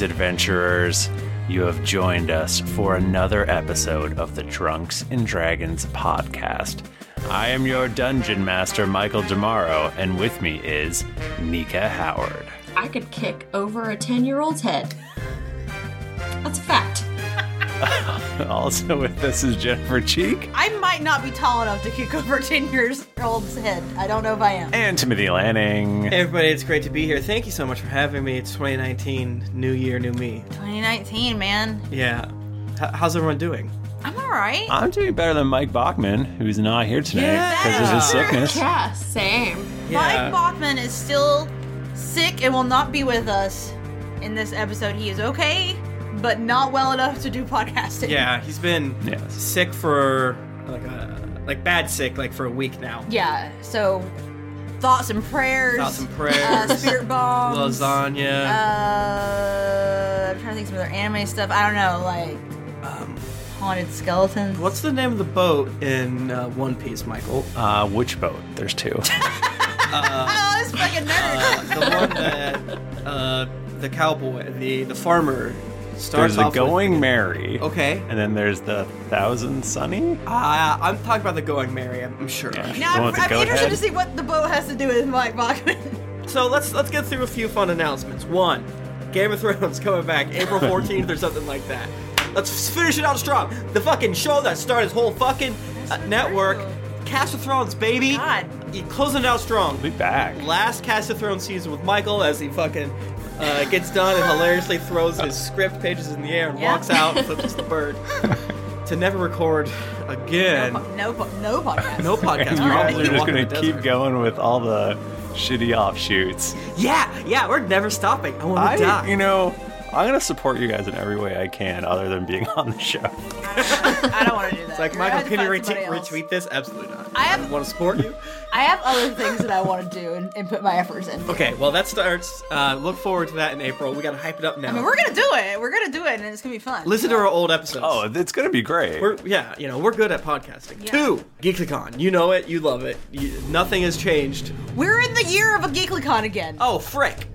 adventurers. You have joined us for another episode of the Drunks and Dragons podcast. I am your dungeon master, Michael Damaro, and with me is Nika Howard. I could kick over a 10 year old's head. That's a fact. also with us is Jennifer Cheek I might not be tall enough to kick over 10 years old's head. I don't know if I am. and Timothy Lanning. Hey everybody, it's great to be here. Thank you so much for having me. It's 2019, new year, new me. 2019, man. Yeah. H- how's everyone doing? I'm alright. I'm doing better than Mike Bachman, who's not here tonight because of his Yeah. sickness. Yeah, same. Yeah. Mike Bachman is still sick and will not be with us in this episode. He is okay, but not well enough to do podcasting. Yeah, he's been Yes. sick for like a, like bad sick like for a week now. Yeah, so thoughts and prayers. Thoughts and Uh, prayers. spirit bombs. lasagna. Uh, I'm trying to think of some other anime stuff. I don't know, like um, haunted skeletons. what's the name of the boat in uh, One Piece, Michael? Uh, which boat? There's two. Oh, this fucking nerd. Uh, the one that uh, the cowboy, the the farmer starts There's the off with- Going Mary. Okay. And then there's the Thousand Sunny. Uh, I'm talking about the Going Mary, I'm, I'm sure. Yeah. The now one I'm, with the I'm goat interested head? to see what the boat has to do with Mike Bachman. So let's let's get through a few fun announcements. One, Game of Thrones coming back April 14th or something like that. Let's finish it out strong. The fucking show that started this whole fucking uh, network, Cast of Thrones, baby. God. You closing it out strong. We'll be back. Last Cast of Thrones season with Michael as he fucking uh, gets done and hilariously throws his script pages in the air and Yeah. walks out and flips the bird to never record again. No, po- no podcast. No podcast. And We're probably probably just walking gonna the keep desert. going with all the shitty offshoots. Yeah, yeah, we're never stopping. I want to I, die. you know, I'm gonna support you guys in every way I can, other than being on the show. I don't want to do that. It's like, You're gonna Michael, can you have to retweet, find somebody else. retweet this? Absolutely not. I have- want to support you. I have other things that I want to do and, and put my efforts in. Okay, well, that starts. Uh, look forward to that in April. We got to hype it up now. I mean, we're gonna do it. We're gonna do it, and it's gonna be fun. Listen to our old episodes. Oh, it's gonna be great. We're, yeah, you know, we're good at podcasting. Yeah. Two, GeeklyCon. You know it. You love it. You, nothing has changed. We're in the year of a GeeklyCon again. Oh, frick.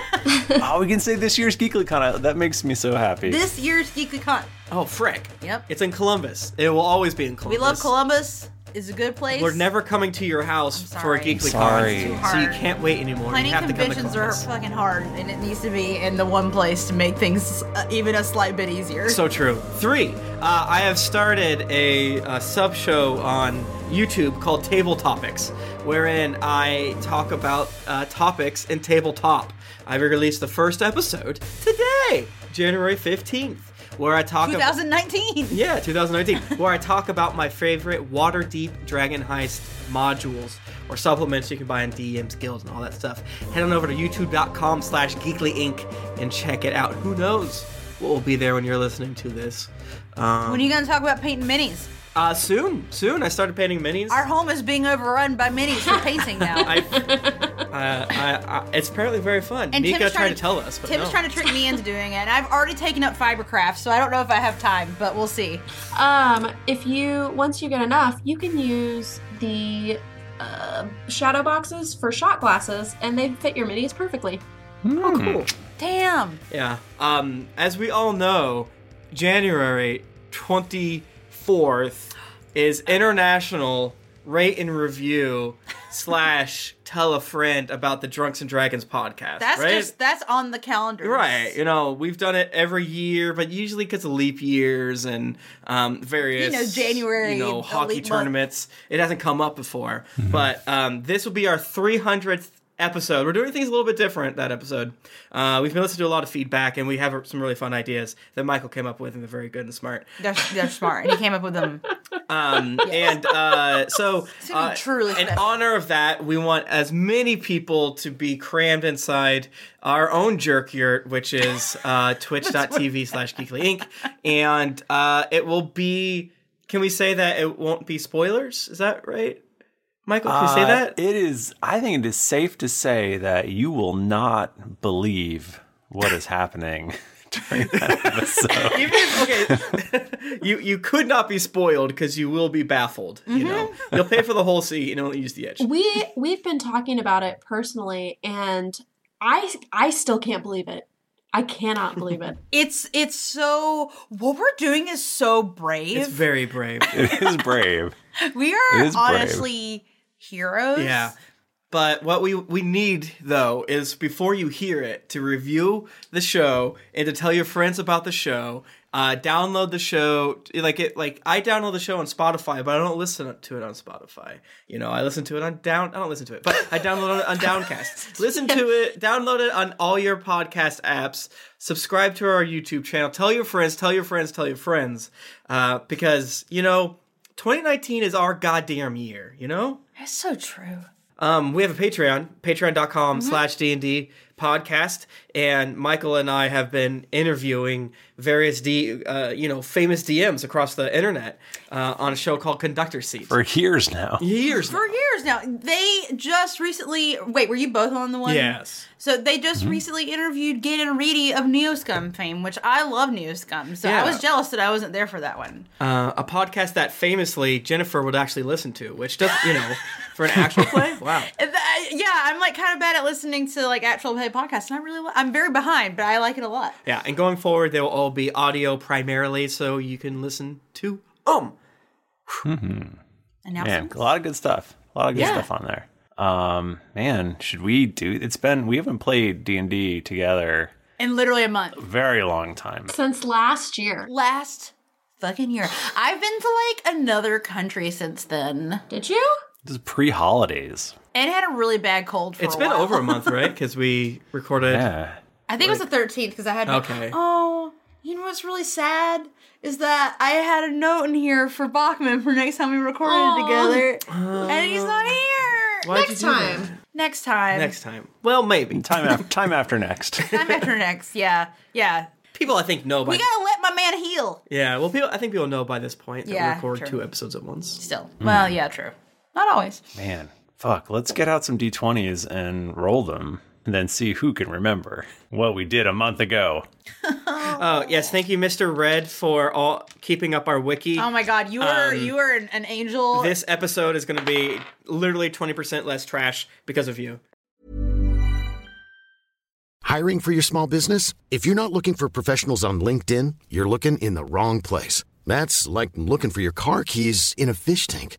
oh, we can say this year's GeeklyCon. That makes me so happy. This year's GeeklyCon. Oh, frick. Yep. It's in Columbus. It will always be in We Columbus. love Columbus. It's a good place. We're never coming to your house I'm for a sorry. GeeklyCon. Sorry. So Too hard. you can't wait anymore. Planning you have to come to conventions are Columbus. fucking hard, and it needs to be in the one place to make things uh, even a slight bit easier. So true. Three, uh, I have started a, uh sub show on YouTube called Table Topics, wherein I talk about uh, topics in tabletop. I released the first episode today, January 15th, where I talk about. 2019. Yeah, 2019, where I talk about my favorite Waterdeep Dragon Heist modules or supplements you can buy in DM's Guild and all that stuff. Head on over to youtube.com slash geeklyinc and check it out. Who knows what will be there when you're listening to this. Um, When are you gonna talk about painting minis? uh, soon, soon, I started painting minis. Our home is being overrun by minis for painting now. I, uh, I, I, it's apparently very fun. and Mika Tim is tried to, tell us, but Tim no. is trying to trick me into doing it. And I've already taken up fiber craft, so I don't know if I have time, but we'll see. Um, if you once you get enough, you can use the uh, shadow boxes for shot glasses, and they fit your minis perfectly. oh, cool. Damn. Yeah. Um, as we all know, January 24th is International Rate and Review slash Tell a Friend About the Drunks and Dragons podcast. That's right? just that's on the calendar. Right, you know, we've done it every year, but usually because of leap years and um, various, You know, January, you know, a hockey leap month. tournaments. It hasn't come up before, but um, this will be our 300th episode. We're doing things a little bit different that episode. Uh, we've been listening to a lot of feedback, and we have some really fun ideas that Michael came up with, and they're very good and smart. They're, they're smart. And he came up with them. Um, And uh, so, It's gonna be uh, truly in special. honor of that, we want as many people to be crammed inside our own jerk yurt, which is uh, twitch.tv slash geekly inc. And uh, it will be, can we say that it won't be spoilers? Is that right? Michael, can you say Uh, that? It is. I think it is safe to say that you will not believe what is happening during that episode. Even if, okay, you you could not be spoiled because you will be baffled. You know, Mm-hmm. you'll pay for the whole seat and only use the edge. We we've been talking about it personally, and I I still can't believe it. I cannot believe it. It's it's so what we're doing is so brave. It's very brave. It is brave. we are it is brave. honestly heroes. Yeah. But what we we need though is before you hear it to review the show and to tell your friends about the show. Uh, download the show like it like I download the show on Spotify, but I don't listen to it on Spotify. You know, I listen to it on down. I don't listen to it, but I download it on Downcast. listen to it, download it on all your podcast apps. Subscribe to our YouTube channel. Tell your friends. Tell your friends. Tell your friends. Uh, because you know, 2019 is our goddamn year. You know. That's so true. Um, we have a Patreon, patreon.com Mm-hmm. slash D&D podcast, and Michael and I have been interviewing various, D, uh, you know, famous DMs across the internet uh, on a show called Conductor Seat. For years now. years. For years now. They just recently wait, were you both on the one? yes. So they just Mm-hmm. recently interviewed Gaten Reedy of Neoscum fame, which I love Neoscum. So Yeah. I was jealous that I wasn't there for that one. Uh, a podcast that famously Jennifer would actually listen to, which does, you know, for an actual play, wow. And th- yeah, I'm like kind of bad at listening to like actual play podcasts, and I really li- I'm very behind, but I like it a lot. Yeah, and going forward, they will all be audio primarily, so you can listen to um. And now Hmm. Man, a lot of good stuff. A lot of good Yeah. stuff on there. Um, man, should we do? It's been we haven't played D and D together in literally a month. very long time. Since last year, Last fucking year, I've been to like another country since then, did you? This is pre holidays. and had a really bad cold. For It's a been while. over a month, right? Because we recorded. Yeah. I think it was the 13th because I had. Okay. Oh, you know what's really sad is that I had a note in here for Bachman for next time we recorded Aw. together, and he's not here. Uh, Why'd you Next do that? time. Next time. Next time. Well, maybe. Time after time after next. Time after next. Yeah. Yeah. People, I think, know by We gotta let my man heal. yeah. Well, people, I think people know by this point that Yeah, we record true. two episodes at once. Still. Well, yeah, true. Not always. Man, fuck. Let's get out some d20s and roll them, and then see who can remember what we did a month ago. Oh yes, thank you, Mr. Red, for all keeping up our wiki. Oh my god, you are you are an, an angel. um, this episode is going to be literally twenty percent less trash because of you. Hiring for your small business? If you're not looking for professionals on LinkedIn, you're looking in the wrong place. That's like looking for your car keys in a fish tank.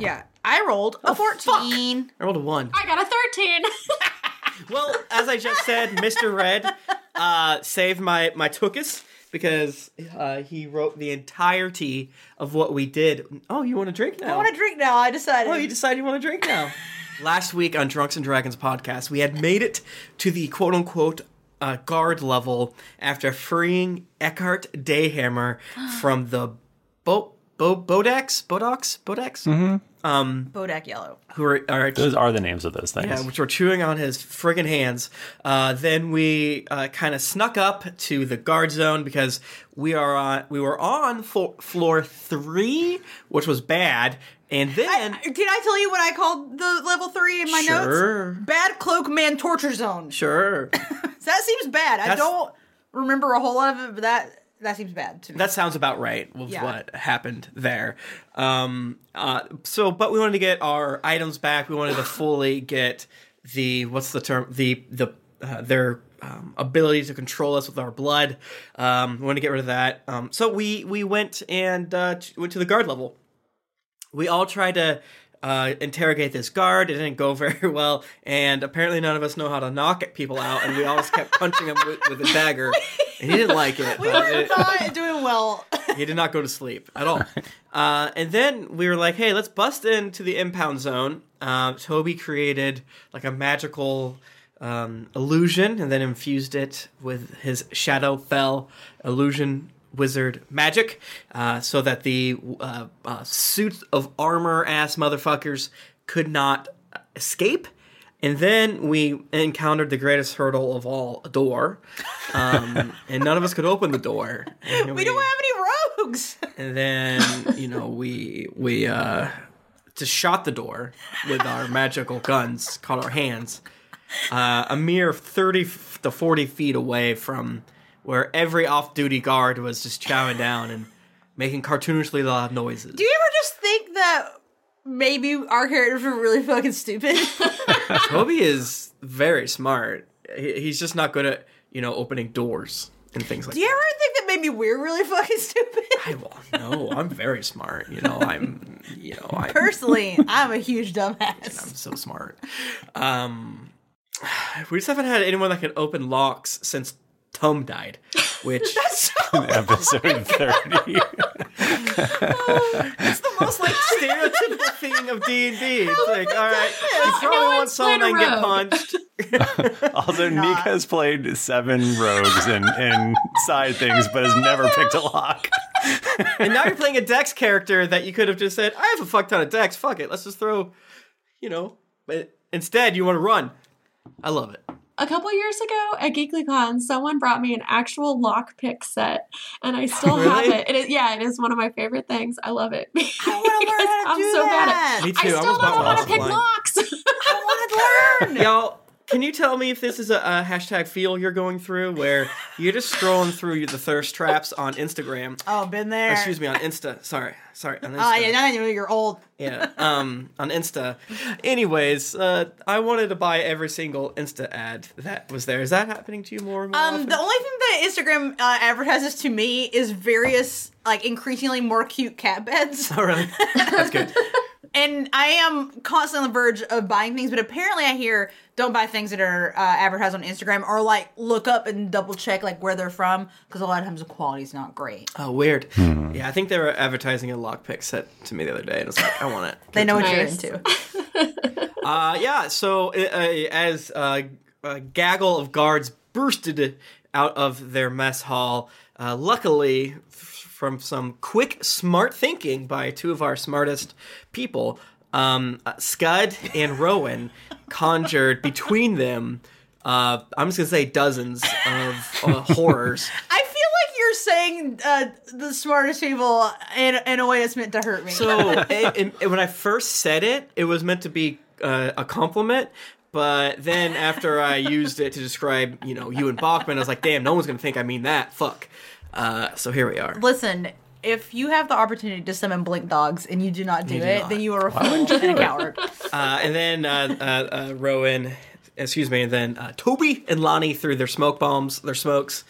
yeah. I rolled a 14. I rolled a one. I got a 13. Well, as I just said, Mr. Red uh, saved my my tookus because uh, he wrote the entirety of what we did. Oh, you want a drink now? I want to drink now. I decided. Oh, you decide you want to drink now. Last week on Drunks and Dragons podcast, we had made it to the quote unquote uh, guard level after freeing Eckhart Dayhammer from the boat Bo- Bodax, Bodox, Bodax, um, Bodak Yellow. who are, are Those are the names of those things. yeah, which were chewing on his friggin' hands. Uh, then we uh, kind of snuck up to the guard zone because we are on we were on flo- floor three, which was bad. And then Did I tell you what I called the level three in my Sure. notes? Bad Cloak Man Torture Zone. sure, That seems bad. I That's- don't remember a whole lot of it, but that that seems bad to me. that sounds about right with Yeah. what happened there. Um, uh, so, but we wanted to get our items back. We wanted to fully get the what's the term the the uh, their um, ability to control us with our blood. Um, we wanted to get rid of that. Um, so we we went and uh, t- went to the guard level. we all tried to uh, interrogate this guard. It didn't go very well, and apparently none of us know how to knock at people out, and we all just kept punching him with, with a dagger. And he didn't like it. we but were it- not doing well. he did not go to sleep at all. Uh, and then we were like, hey, let's bust into the impound zone. Uh, Toby created like a magical um, illusion and then infused it with his shadow fell illusion wizard magic uh, so that the uh, uh, suits of armor ass motherfuckers could not escape. And then we encountered the greatest hurdle of all, a door. Um, and none of us could open the door. And We don't have any rogues. and then you know we we uh just shot the door with our magical guns called our hands uh, a mere 30 f- to 40 feet away from where every off-duty guard was just chowing down and making cartoonishly loud noises Do you ever just think that maybe our characters were really fucking stupid? toby is very smart he, he's just not good at you know opening doors and things like Do you ever think that maybe we're really fucking stupid? that well no i'm very smart you know i'm you know i'm Personally, I'm a huge dumbass. so smart. Um, we just haven't had anyone that can open locks since Tom died, which Episode 30. is the most like stereotypical thing of D and D. It's like, all right, you probably want Everyone's someone playing that can get a rogue. punched. Also, Nika's played seven rogues and, and side things, but has never picked a lock. and now you're playing a Dex character that you could have just said, I have a fuck ton of Dex. Fuck it, let's just throw, you know. But instead, you want to run. I love it. A couple years ago at GeeklyCon, someone brought me an actual lockpick set, and I still have Really? it. It is yeah, it is one of my favorite things. I love it. I want to learn how to I'm do so bad at- that. Me too. I I still almost don't know bought how one to pick offline. locks. I want to learn. Y'all, can you tell me if this is a, a hashtag feel you're going through where you're just scrolling through the thirst traps on Instagram? Oh, been there. Excuse me, on Insta. Sorry, sorry, on Insta. Oh yeah, now that you know you're old. yeah. Um, on Insta. Anyways, uh, I wanted to buy every single Insta ad that was there. Is that happening to you more and more Um, often? the only thing that Instagram uh, advertises to me is various, like, increasingly more cute cat beds. All right. That's good. And I am constantly on the verge of buying things, but apparently I hear don't buy things that are uh, advertised on Instagram or like look up and double check like where they're from because a lot of times the quality's not great. Oh, weird. Yeah, I think they were advertising a lockpick set to me the other day, and I was like, I want it. They know what you're Nice. into. Uh, yeah, so uh, uh, as uh, a gaggle of guards bursted out of their mess hall, uh, luckily, f- from some quick, smart thinking by two of our smartest people, um, uh, Scud and Rowan conjured between them. Uh, I'm just gonna say dozens of uh, horrors. I feel like you're saying uh, the smartest people in, in a way that's meant to hurt me. So it, it- it- when I first said it, it was meant to be uh, a compliment. But then after I used it to describe, you know, you and Bachman, I was like, damn, no one's gonna think I mean that. Fuck. Uh, so here we are. Listen, if you have the opportunity to summon blink dogs and you do not do, do it, not. then you are a fool and a coward. Uh, and then uh, uh, uh, Rowan, excuse me, and then uh, Toby and Lonnie threw their smoke bombs, their smokes.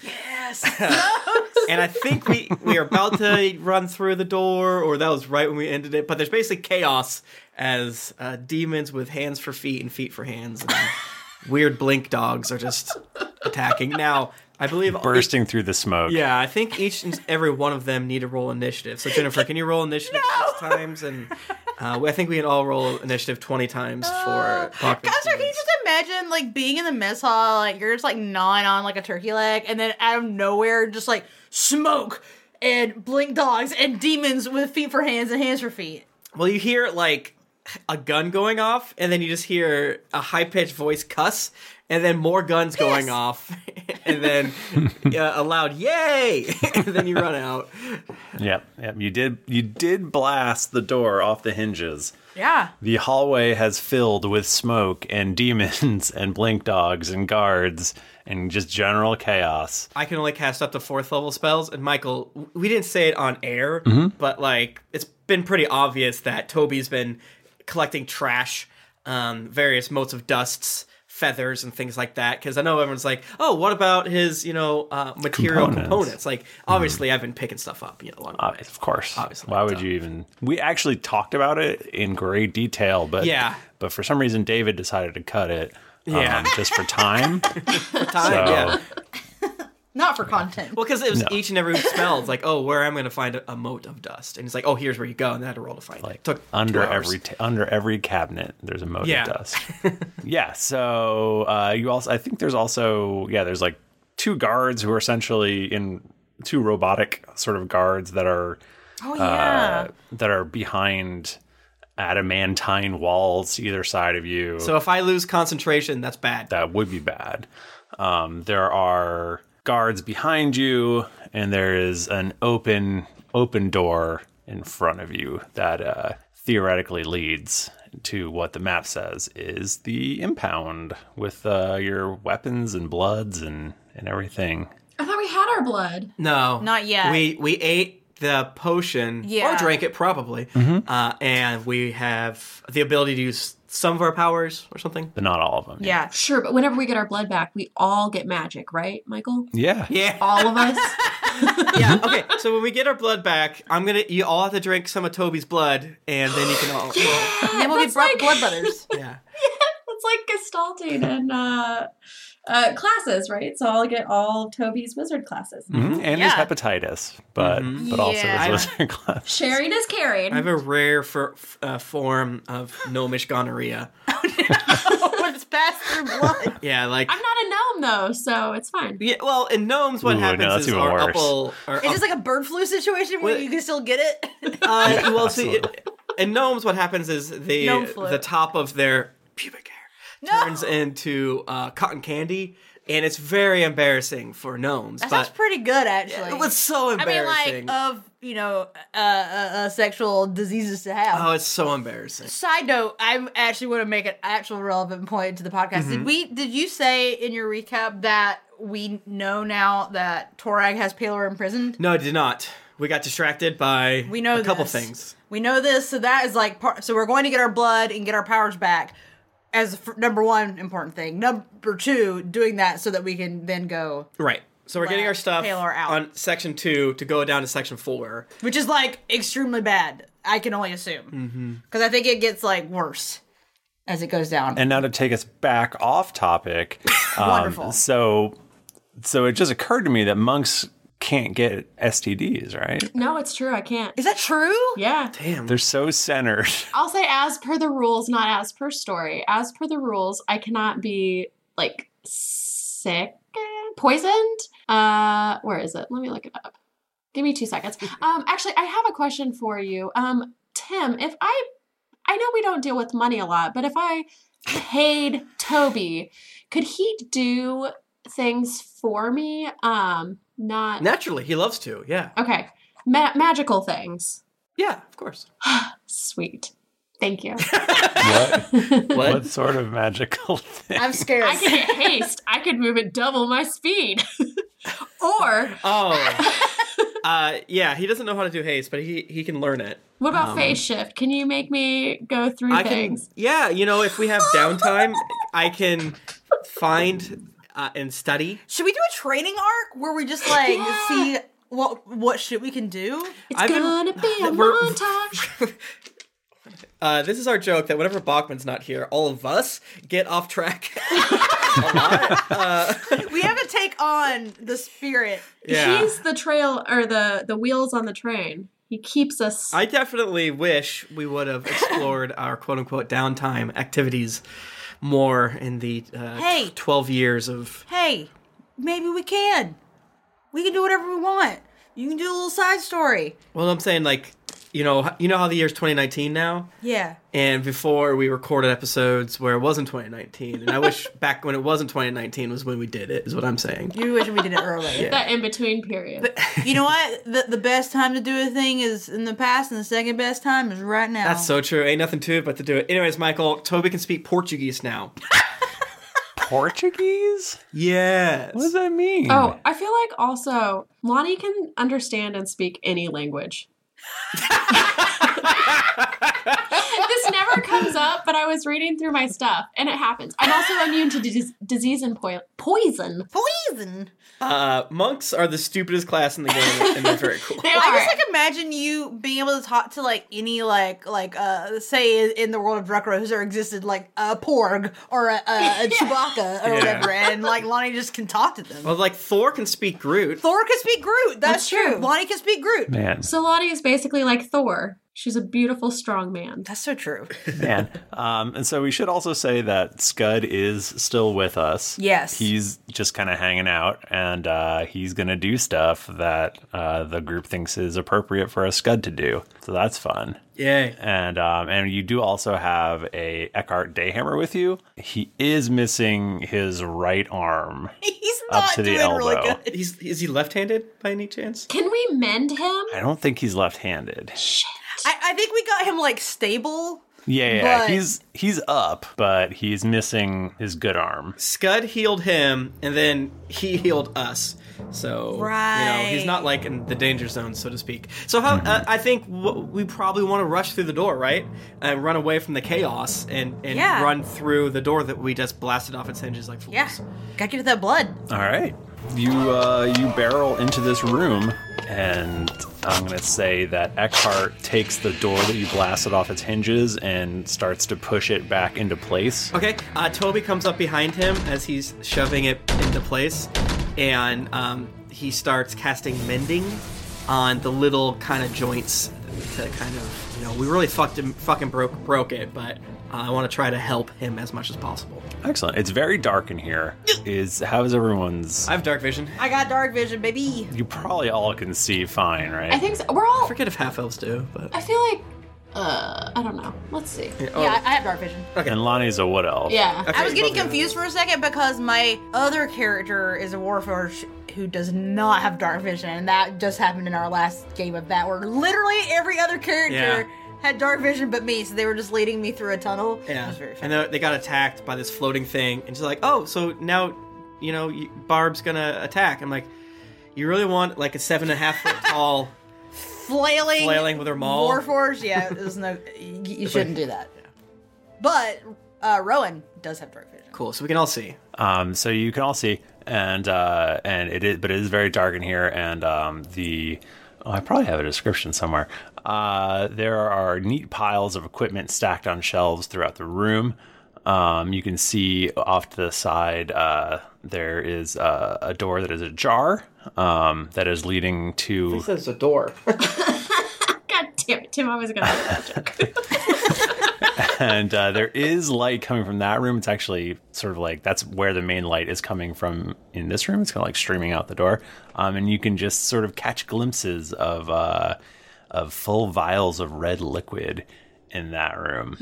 and I think we we are about to run through the door, or that was right when we ended it. But there's basically chaos as uh, demons with hands for feet and feet for hands, and weird blink dogs are just attacking. Now I believe Bursting through the smoke. Yeah, I think each and every one of them need to roll initiative. So Jennifer, can you roll initiative six times? And uh, I think we can all roll initiative twenty times Uh, for. Bachman's Guys, can you demons. just imagine like being in the mess hall, like you're just like gnawing on like a turkey leg, and then out of nowhere, just like smoke, and blink dogs and demons with feet for hands and hands for feet. Well, you hear like a gun going off, and then you just hear a high pitched voice cuss, and then more guns going off, and then uh, a loud "Yay!" and then you run out. Yep, yep. You did you did blast the door off the hinges. Yeah. The hallway has filled with smoke and demons and blink dogs and guards and just general chaos. I can only cast up to fourth level spells, and Michael, w- we didn't say it on air, Mm-hmm. but like it's been pretty obvious that Toby's been collecting trash, um, various motes of dusts. Feathers and things like that, because I know everyone's like, "Oh, what about his, you know, uh, material components. Components. Mm-hmm. Like, obviously, I've been picking stuff up, you know, along the Ob- Of course. Obviously, Why would you even? We actually talked about it in great detail, but Yeah. but for some reason David decided to cut it. um, Yeah. just for time. time. So- Yeah. Not for content. Well, because it was each and every spell. It's like, oh, where am I going to find a, a mote of dust? And it's like, oh, here's where you go. And then I had to roll to find it. it. Took under two hours. every t- under every cabinet there's a mote Yeah. of dust yeah so uh you also i think there's also yeah there's like two guards who are essentially in two robotic sort of guards that are Oh yeah. uh, that are behind adamantine walls either side of you So if I lose concentration, that's bad. that would be bad. Um, there are guards behind you, and there is an open open door in front of you that uh, theoretically leads to what the map says is the impound with uh, your weapons and bloods and and everything. I thought we had our blood. no, Not yet. We we ate the potion Yeah. or drank it probably, Mm-hmm. uh, and we have the ability to use some of our powers or something. But not all of them. yeah. Sure, but whenever we get our blood back, we all get magic, right, Michael? Yeah. Yeah. All of us. yeah. Okay. So when we get our blood back, I'm gonna. You all have to drink some of Toby's blood, and then you can all. And then we'll be That's bro- like- blood brothers. yeah. It's like gestalting and uh, uh, classes, right? So I'll get all of Toby's wizard classes. Mm-hmm, Mhm. And Yeah. Mm-hmm. his hepatitis, but but also Yeah. his wizard class. Sharing is caring. I have a rare for, f- uh, form of gnomish gonorrhea. Oh, it's passed through blood. Yeah, like I'm not a gnome though, so it's fine. Yeah, well, in gnomes, what Ooh, no, happens that's is even our worse. upple. Our Is this like a bird flu situation where Wait. you can still get it? uh, well, see, it- in gnomes, what happens is the Gnome flu. the top of their pubic hair turns into uh, cotton candy, and it's very embarrassing for gnomes. That sounds but pretty good, actually. it was so I mean, embarrassing. like of you know, uh, uh, uh, sexual diseases to have. oh, it's so embarrassing. Side note: I actually want to make an actual relevant point to the podcast. Did we? Did you say in your recap that we know now that Torag has Paler imprisoned? No, I did not. We got distracted by We know a couple this. things. We know this, so that is like part. So we're going to get our blood and get our powers back. As f- number one important thing. Number two, doing that so that we can then go, Right. So we're getting Let our stuff Taylor out. on section two to go down to section four. which is like extremely bad. I can only Mm. Mm-hmm. assume because I think it gets like worse as it goes down. and now to take us back off topic. um, Wonderful. So, so it just occurred to me that monks can't get STDs, right? No, it's true. I can't. is that true? Yeah. They're so centered. I'll say as per the rules, not as per story. As per the rules, I cannot be like sick, eh, poisoned. Uh, where is it? Let me look it up. Give me two seconds. Um, actually, I have a question for you, um, Tim. If I, I know we don't deal with money a lot, but if I paid Toby, could he do things for me? Um, not Naturally, he loves to. Yeah. okay, ma- magical things. Yeah, of course. Sweet. Thank you. What, What? what sort of magical thing? I'm scared. I could get haste. I could move at double my speed. or Oh. uh, yeah, he doesn't know how to do haste, but he, he can learn it. what about phase shift? Can you make me go through Um, I can. things? Yeah, you know, if we have downtime, I can find uh, and study. Should we do a training arc where we just like see what what shit we can do? It's I've been- gonna be a We're- montage. Uh, this is our joke that whenever Bachman's not here, all of us get off track. a lot. Uh, We have to take on the spirit. yeah. He's the trail or the the wheels on the train. He keeps us. I definitely wish we would have explored our quote unquote downtime activities more in the uh, Hey. 12 years of. Hey, maybe we can. We can do whatever we want. You can do a little side story. Well, I'm saying like, you know, you know how the year's 2019 now, Yeah. and before we recorded episodes where it wasn't 2019, and I wish back when it wasn't 2019 was when we did it. Is what I'm saying. You wish we did it earlier. That in between period. You know what? The, the best time to do a thing is in the past, and the second best time is right now. That's so true. Ain't nothing to it but to do it. Anyways, Michael, Toby can speak Portuguese now. Portuguese? Yes. What does that mean? oh, I feel like also Lonnie can understand and speak any language. this never comes up, but I was reading through my stuff and it happens. I'm also immune to dis- disease and poi- poison. poison. Uh, monks are the stupidest class in the game, and they're very cool. They I are. just like imagine you being able to talk to like any like like uh say in the world of Druckerose there existed like a Porg or a, a, a Chewbacca or whatever, and like Lonnie just can talk to them. Well, like Thor can speak Groot. Thor can speak Groot. That's, That's true. true. Lonnie can speak Groot. Man, so Lonnie is basically like Thor. She's a beautiful, strong man. That's so true. man. Um, and so we should also say that Scud is still with us. Yes. He's just kind of hanging out, and uh, he's going to do stuff that uh, the group thinks is appropriate for a Scud to do. So that's fun. Yay. and um, and you do also have a Eckhart Dayhammer with you. He is missing his right arm He's up not to the doing elbow. really good. He's is he left-handed by any chance? Can we mend him? I don't think he's left-handed. I, I think we got him like stable. Yeah, yeah, But- he's he's up, but he's missing his good arm. Scud healed him, and then he healed us. So you know he's Right. not like in the danger zone, so to speak. So how uh, I think w- we probably want to rush through the door, right, and run away from the chaos, and and Yeah. run through the door that we just blasted off its hinges like fools. Yeah. Gotta get to that blood. All right. You uh, you barrel into this room, and I'm gonna say that Eckhart takes the door that you blasted off its hinges and starts to push it back into place. Okay, uh, Toby comes up behind him as he's shoving it into place, and um, he starts casting mending on the little kind of joints to kind of, you know, we really fucked him, fucking broke broke it, but uh, I want to try to help him as much as possible. Excellent. It's very dark in here. Is how is everyone's? I have dark vision. I got dark vision, baby. You probably all can see fine, right? I think so. we're all. I forget if half elves do, but I feel like. Uh, I don't know. Let's see. oh. Yeah, I, I have dark vision. and Lonnie's a wood elf. Yeah. Okay, I was getting both of you. confused for a second because my other character is a warforged who does not have dark vision, and that just happened in our last game of that, where literally every other character Yeah. had dark vision but me, so they were just leading me through a tunnel. It Yeah, was very and funny. they, they got attacked by this floating thing, and she's like, "Oh, so now, you know, you, Barb's gonna attack." I'm like, "You really want like a seven and a half foot tall?" Flailing, Flailing with her maul. Warforged, yeah, it was no. You, you shouldn't do that. But uh, Rowan does have dark vision. Cool, so we can all see. Um, so you can all see, and uh, and it is, but it is very dark in here, and um, the oh, I probably have a description somewhere. Uh, there are neat piles of equipment stacked on shelves throughout the room. Um, you can see off to the side uh, there is uh, a, a door that is ajar um, that is leading to There's a door. God damn it, Tim! I was gonna make that joke. and uh, there is light coming from that room. It's actually sort of like that's where the main light is coming from in this room. It's kind of like streaming out the door, um, and you can just sort of catch glimpses of uh, of full vials of red liquid in that room.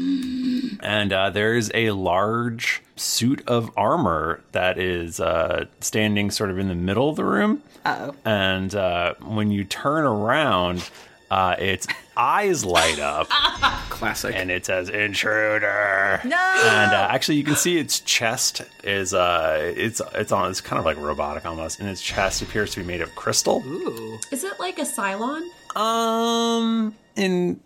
and uh, there is a large suit of armor that is uh, standing sort of in the middle of the room. oh And uh, when you turn around. Uh, its eyes light up Classic. and it says intruder. No! And uh, actually, you can see its chest is uh, it's it's on it's kind of like robotic almost, and its chest appears to be made of crystal. Is it like a Cylon? Um, and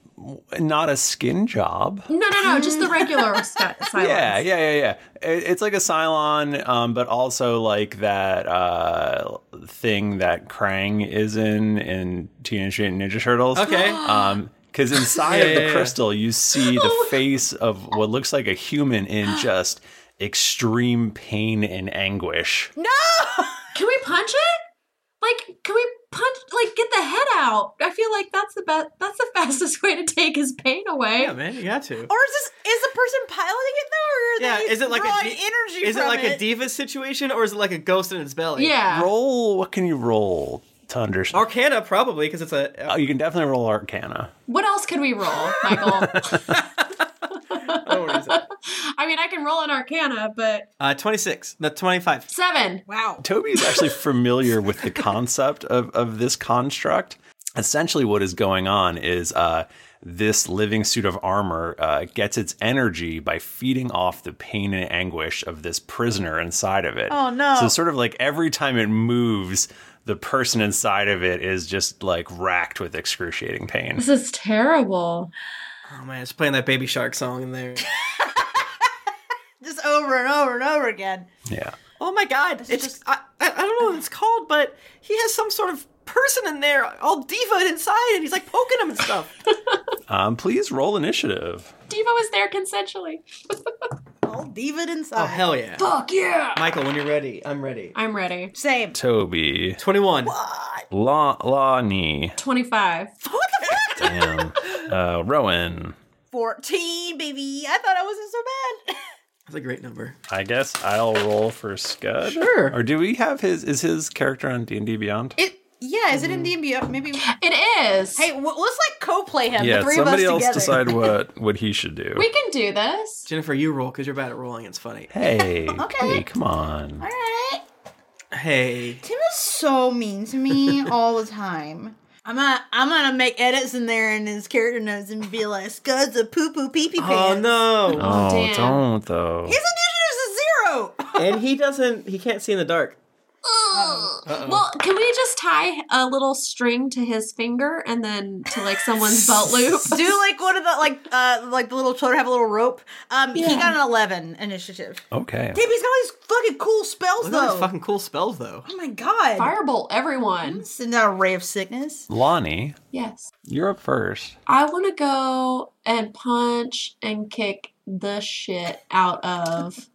not a skin job. No, no, no, just the regular cy- Cylons. Yeah, yeah, yeah, yeah. It, it's like a Cylon, um, but also like that uh, thing that Krang is in in Teenage Mutant Ninja Turtles. Okay. Um, because inside of the crystal, you see the face of what looks like a human in just extreme pain and anguish. Can we punch it? Like, can we punch? Like, get the head out? I feel like that's the best. That's the fastest way to take his pain away. Yeah, man, you got to. Or is this is the person piloting it though, or are yeah, they is it like a drawing di- energy? Is it from like a diva situation, or is it like a ghost in its belly? Yeah. Roll. What can you roll? to understand. Arcana probably because it's a uh, Oh, you can definitely roll Arcana. What else could we roll, Michael? oh, what is it? I mean, I can roll an Arcana, but Uh, 26. No, 25. seven. Wow. Toby is actually familiar with the concept of, of this construct. Essentially, what is going on is uh, this living suit of armor uh, gets its energy by feeding off the pain and anguish of this prisoner inside of it. Oh, no. So, sort of like every time it moves, the person inside of it is just like racked with excruciating pain. This is terrible. Oh man, it's playing that Baby Shark song in there. Just over and over and over again. Yeah. Oh my god, it's just I, I, I don't know what it's called, but he has some sort of person in there, all diva inside, and he's like poking him and stuff. Um, please roll initiative. Diva was there consensually. All diva inside. oh hell yeah, Fuck yeah! Michael, when you're ready, I'm ready. I'm ready. Same. Toby. 21. La Lonnie. 25. Damn. uh, Rowan. 14, baby. I thought I wasn't so bad. That's a great number. I guess I'll roll for Scud. Sure. Or do we have his? Is his character on D and D Beyond? It, yeah, is it Mm. in DMB? Uh, Maybe. Hey, It is. w- let's like co-play him. yeah. the three somebody of us else together. decide what what he should do. we can do this. Jennifer, you roll because you're bad at rolling. It's funny. hey. Hey, come on. All right. Hey, Tim is so mean to me all the time. I'm gonna, I'm gonna make edits in there in his character notes and be like, Scud's a poo poo pee pee oh pants. Oh. no, Oh, damn. don't though. His initiative's a zero. and he doesn't. He can't see in the dark. Oh. Well, can we just tie a little string to his finger and then to like someone's belt loop? Do like one of the like, uh, like the little children have a little rope. Um, he got an eleven initiative. Okay. Baby, he's got all these fucking cool spells Look at all though. these fucking cool spells though. oh my god. Firebolt everyone. Isn't that a ray of sickness? Lonnie, Yes. you're up first. I want to go and punch and kick the shit out of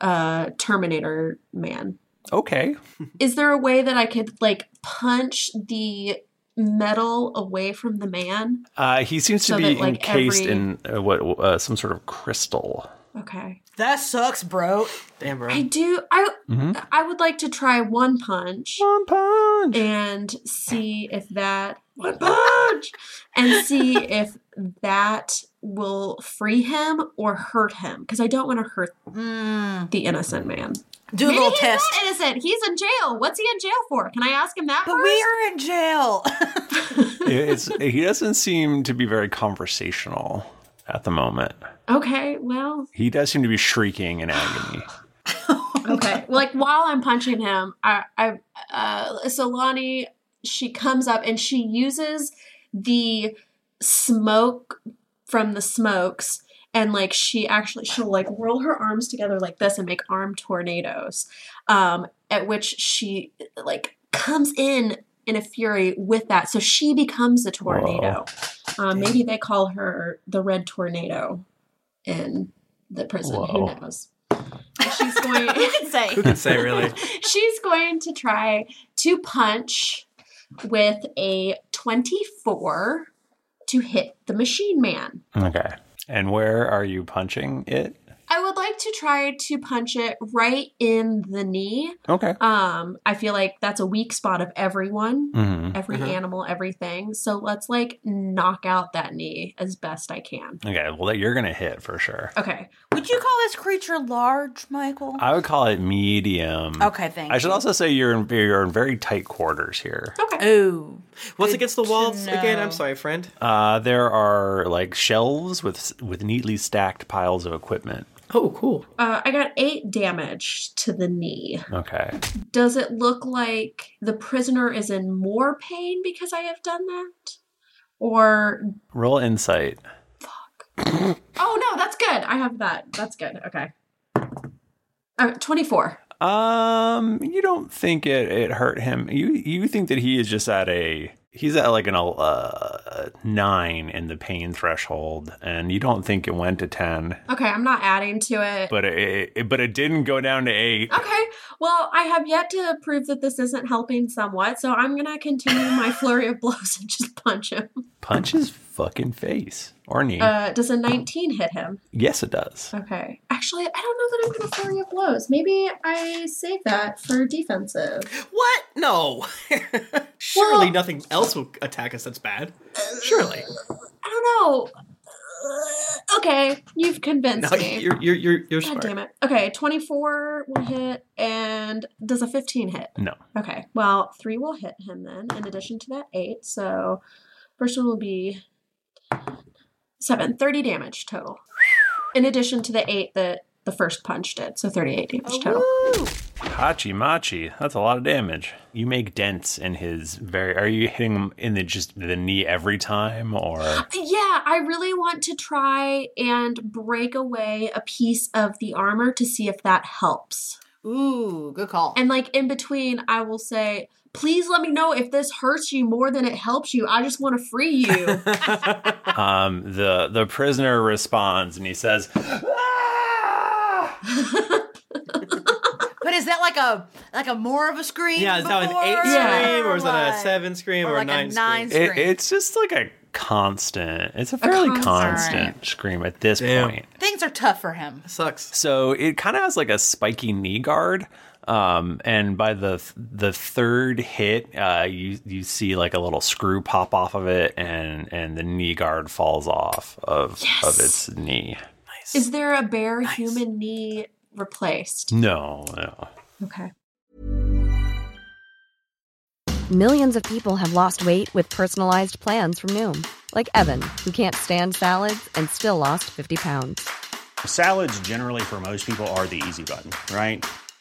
uh Terminator man. Okay. Is there a way that I could like punch the metal away from the man? Uh, he seems to So be that, like, encased every- in uh, what uh, some sort of crystal. Okay. That sucks, bro. Damn, bro. I do I I would like to try one punch One punch. and see if that one punch and see if that will free him or hurt him because I don't want to hurt the innocent man. Hmm. Do a Maybe little he's test. not innocent. He's in jail. What's he in jail for? Can I ask him that? But first? we are in jail. it's he doesn't seem to be very conversational at the moment. Okay. Well. He does seem to be shrieking in agony. Okay. like while I'm punching him, I, I uh, so Lonnie she comes up and she uses the smoke from the smokes and like she actually she'll like roll her arms together like this and make arm tornadoes um at which she like comes in in a fury with that so she becomes a tornado um, maybe they call her the red tornado in the prison who Whoa. knows she's going you can say. Who can say really? She's going to try to punch with a 24 to hit the machine man. Okay. And where are you punching it? I would like to try to punch it right in the knee. Okay. Um, I feel like that's a weak spot of everyone, Mm-hmm. hmm every Mm-hmm. animal, everything. So let's like knock out that knee as best I can. Okay. Well, that you're gonna hit for sure. Okay. Would you call this creature large, Michael? I would call it medium. okay, thank I should also say you're in you're in very tight quarters here. Okay. Ooh. What's Good against the to walls again? I'm know. sorry, friend. Uh, there are like shelves with with neatly stacked piles of equipment. Oh, cool. Uh, I got eight damage to the knee. Okay. Does it look like the prisoner is in more pain because I have done that? Or Roll insight. oh no, that's good. I have that. That's good. Okay. Uh, 24. Um, you don't think it, it hurt him. You you think that he is just at a he's at like an uh, nine in the pain threshold, and you don't think it went to ten, Okay, I'm not adding to it. but it, it but it didn't go down to eight. okay. Well, I have yet to prove that this isn't helping somewhat, so I'm going to continue my flurry of blows and just punch him. Punch is fucking face or knee. Uh, does a 19 hit him? yes, it does. Okay. Actually, I don't know that I'm going to flurry of blows. Maybe I save that for defensive. What? No. Surely Well- nothing else will attack us that's bad. Surely. I don't know. Okay, you've convinced No, me. you're you're you're, you're God smart. damn it. Okay, 24 will hit, and does a 15 hit? No. Okay, well, three will hit him then, in addition to that eight. So, first one will be seven, 30 damage total. In addition to the eight that the first punch did, so 38 damage total. Hachi machi. That's a lot of damage. You make dents in his very. Are you hitting him in the just the knee every time, or Yeah, I really want to try and break away a piece of the armor to see if that helps. Ooh, good call. And like in between, I will say, please let me know if this hurts you more than it helps you. I just want to free you. um the the prisoner responds and he says, but is that like a like a more of a scream? Yeah, is that an before, eight Yeah. scream or is that a what? seven scream or, Or a like nine a nine scream? It- scream? "It's just like a constant. It's a fairly constant. constant scream at this Damn. point." Things are tough for him. Sucks. So it kind of has like a spiky knee guard. Um, and by the the third hit, uh, you you see like a little screw pop off of it, and and the knee guard falls off of of its knee. Is there a bare human knee replaced? No, no. Okay. Millions of people have lost weight with personalized plans from Noom, like Evan, who can't stand salads and still lost 50 pounds. Salads, generally, for most people, are the easy button, right?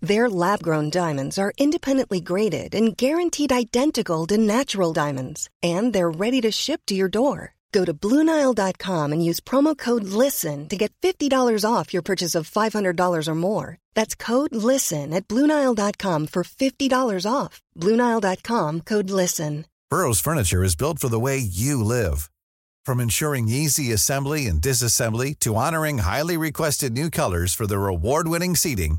Their lab grown diamonds are independently graded and guaranteed identical to natural diamonds, and they're ready to ship to your door. Go to BlueNile.com and use promo code LISTEN to get $50 off your purchase of $500 or more. That's code LISTEN at BlueNile.com for $50 off. BlueNile.com code LISTEN. Burrow's furniture is built for the way you live. From ensuring easy assembly and disassembly to honoring highly requested new colors for their award-winning seating,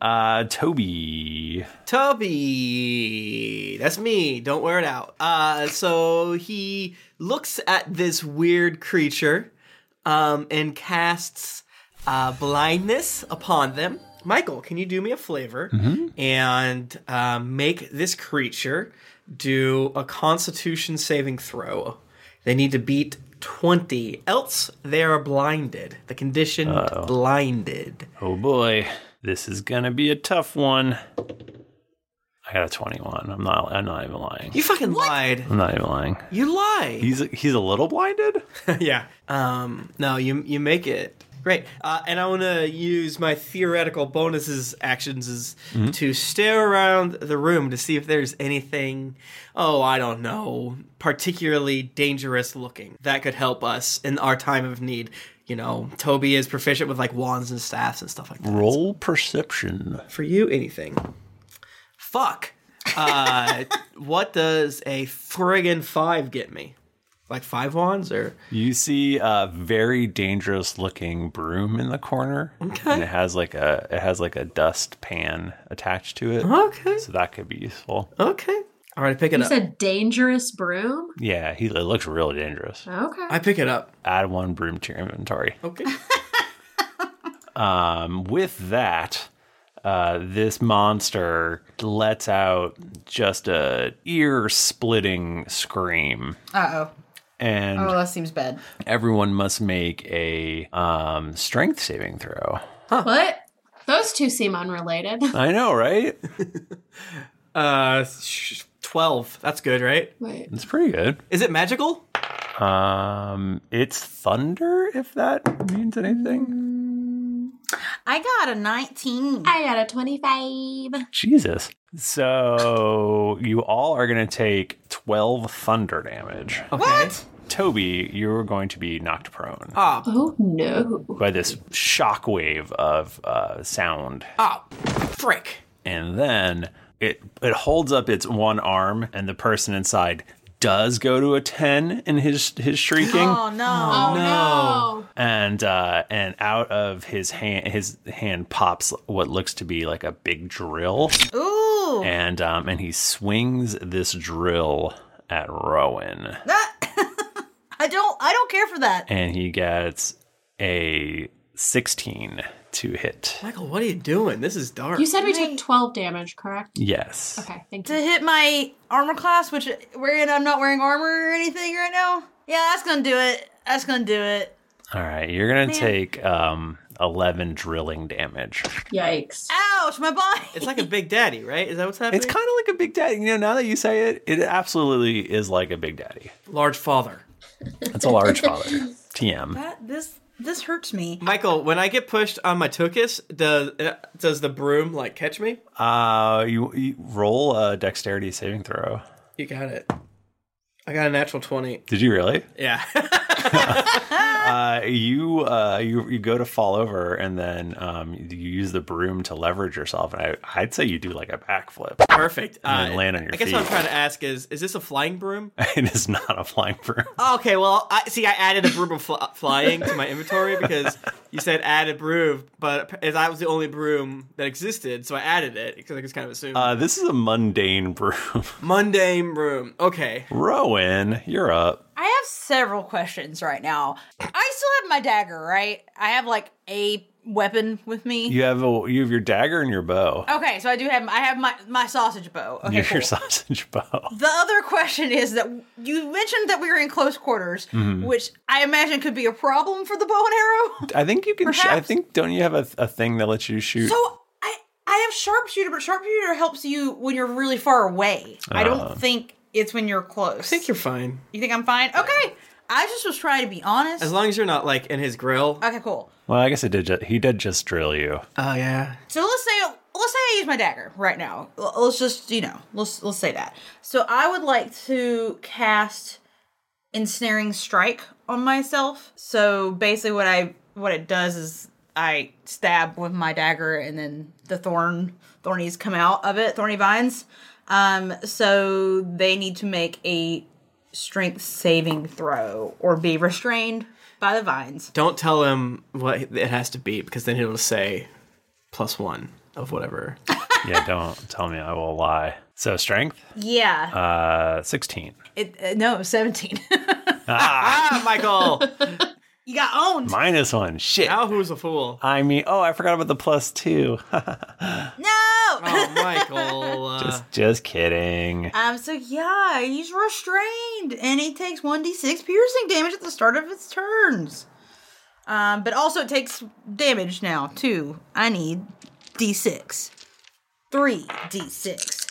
Uh, Toby. Tubby. That's me. Don't wear it out. Uh, so he looks at this weird creature um, and casts uh, blindness upon them. Michael, can you do me a flavor Mm-hmm. and um, make this creature do a constitution saving throw? They need to beat 20, else they are blinded. The condition blinded. Oh boy, this is gonna be a tough one. I got a twenty-one. I'm not. I'm not even lying. You fucking lied. I'm not even lying. You lied. He's he's a little blinded. yeah. Um, no, you you make it great. Uh, and I want to use my theoretical bonuses actions is to stare around the room to see if there's anything. Oh, I don't know, particularly dangerous looking that could help us in our time of need. You know, Toby is proficient with like wands and staffs and stuff like that. Roll perception. For you, anything. Fuck. Uh, what does a friggin' five get me? Like five wands or? You see a very dangerous looking broom in the corner. Okay. And it has like a it has like a dust pan attached to it. Okay. So that could be useful. Okay. All right, I pick it You up. said dangerous broom? Yeah, he it looks really dangerous. Okay. I pick it up. Add one broom to your inventory. Okay. Um, with that, uh, this monster lets out just a ear-splitting scream, Uh oh. and Oh, that seems bad. everyone must make a um, strength saving throw. What? Those two seem unrelated. I know, right? Uh, sh- twelve. That's good, right? Wait. It's pretty good. Is it magical? Um, it's thunder, if that means anything. I got a 19. I got a 25. Jesus. So you all are going to take 12 thunder damage. What? Toby, you're going to be knocked prone Ah, Oh no. by this shockwave of uh, sound. ah, frick. and then it it holds up its one arm and the person inside does go to a 10 in his his shrieking Oh, no. Oh no. and uh and out of his hand his hand pops what looks to be like a big drill Ooh. and um and he swings this drill at Rowan That- I don't I don't care for that. and he gets a 16 to hit Michael, what are you doing? This is dark. You said we took 12 damage, correct? yes Okay, thank To you. hit my armor class, which we're in, I'm not wearing armor or anything right now. Yeah, that's gonna do it. That's gonna do it. all right you're going to take um 11 drilling damage Yikes. Ouch, my body. it's like a Big Daddy, right? Is that what's happening? It's kind of like a Big Daddy. You know, now that you say it, it absolutely is like a Big Daddy. large father. It's a large father. Um, TM. That- this this hurts me. Michael, when I get pushed on my tuchus, does uh, does the broom like catch me? Uh, you, you roll a dexterity saving throw. You got it. I got a natural twenty. Did you really? Yeah. Uh, you uh, you you go to fall over, and then um, you use the broom to leverage yourself. And I I'd say you do like a backflip. Perfect. And then land on your Uh, I guess what I'm feet. trying to ask is, is this a flying broom? Oh, it is not a flying broom. okay, well, I see. I added a broom of fl- flying to my inventory because you said add a broom, but as I was the only broom that existed, so I added it because I just kind of assumed Uh, this is a mundane broom. mundane broom. Okay, Rowan, you're up. I have several questions right now. I still have my dagger, right? I have like a weapon with me. You have a you have your dagger and your bow. Okay, so I do have I have my my sausage Oh, bow. Okay, your cool. sausage bow. The other question is that you mentioned that we were in close quarters, which I imagine could be a problem for the bow and arrow. I think you can. Sh- I Perhaps. think don't you have a, a thing that lets you shoot? So I I have sharpshooter, but sharpshooter helps you when you're really far away. I don't think it's when you're close. I think you're fine you think I'm fine? Okay. I just was trying to be honest. as long as you're not like in his grill. okay, cool. Well, I guess it did. Ju- he did just drill you. Oh yeah. So let's say let's say I use my dagger right now. L- Let's just you know let's let's say that. So I would like to cast ensnaring strike on myself. So basically, what I what it does is I stab with my dagger, and then the thorn thornies come out of it, thorny vines. Um, so they need to make a strength saving throw or be restrained by the vines. Don't tell him what it has to be because then he'll say plus one of whatever. Yeah, don't tell me. I will lie. So strength, Yeah. uh, sixteen. it, uh, no, seventeen. ah, Michael! you got oh, owned. Minus one. Shit. now who's a fool? I mean, oh, I forgot about the plus two. No. Oh, Michael. Uh, just, just kidding. Um. So yeah, he's restrained, and he takes one d six piercing damage at the start of its turns. Um. But also, it takes damage now too. I need d six, three d six.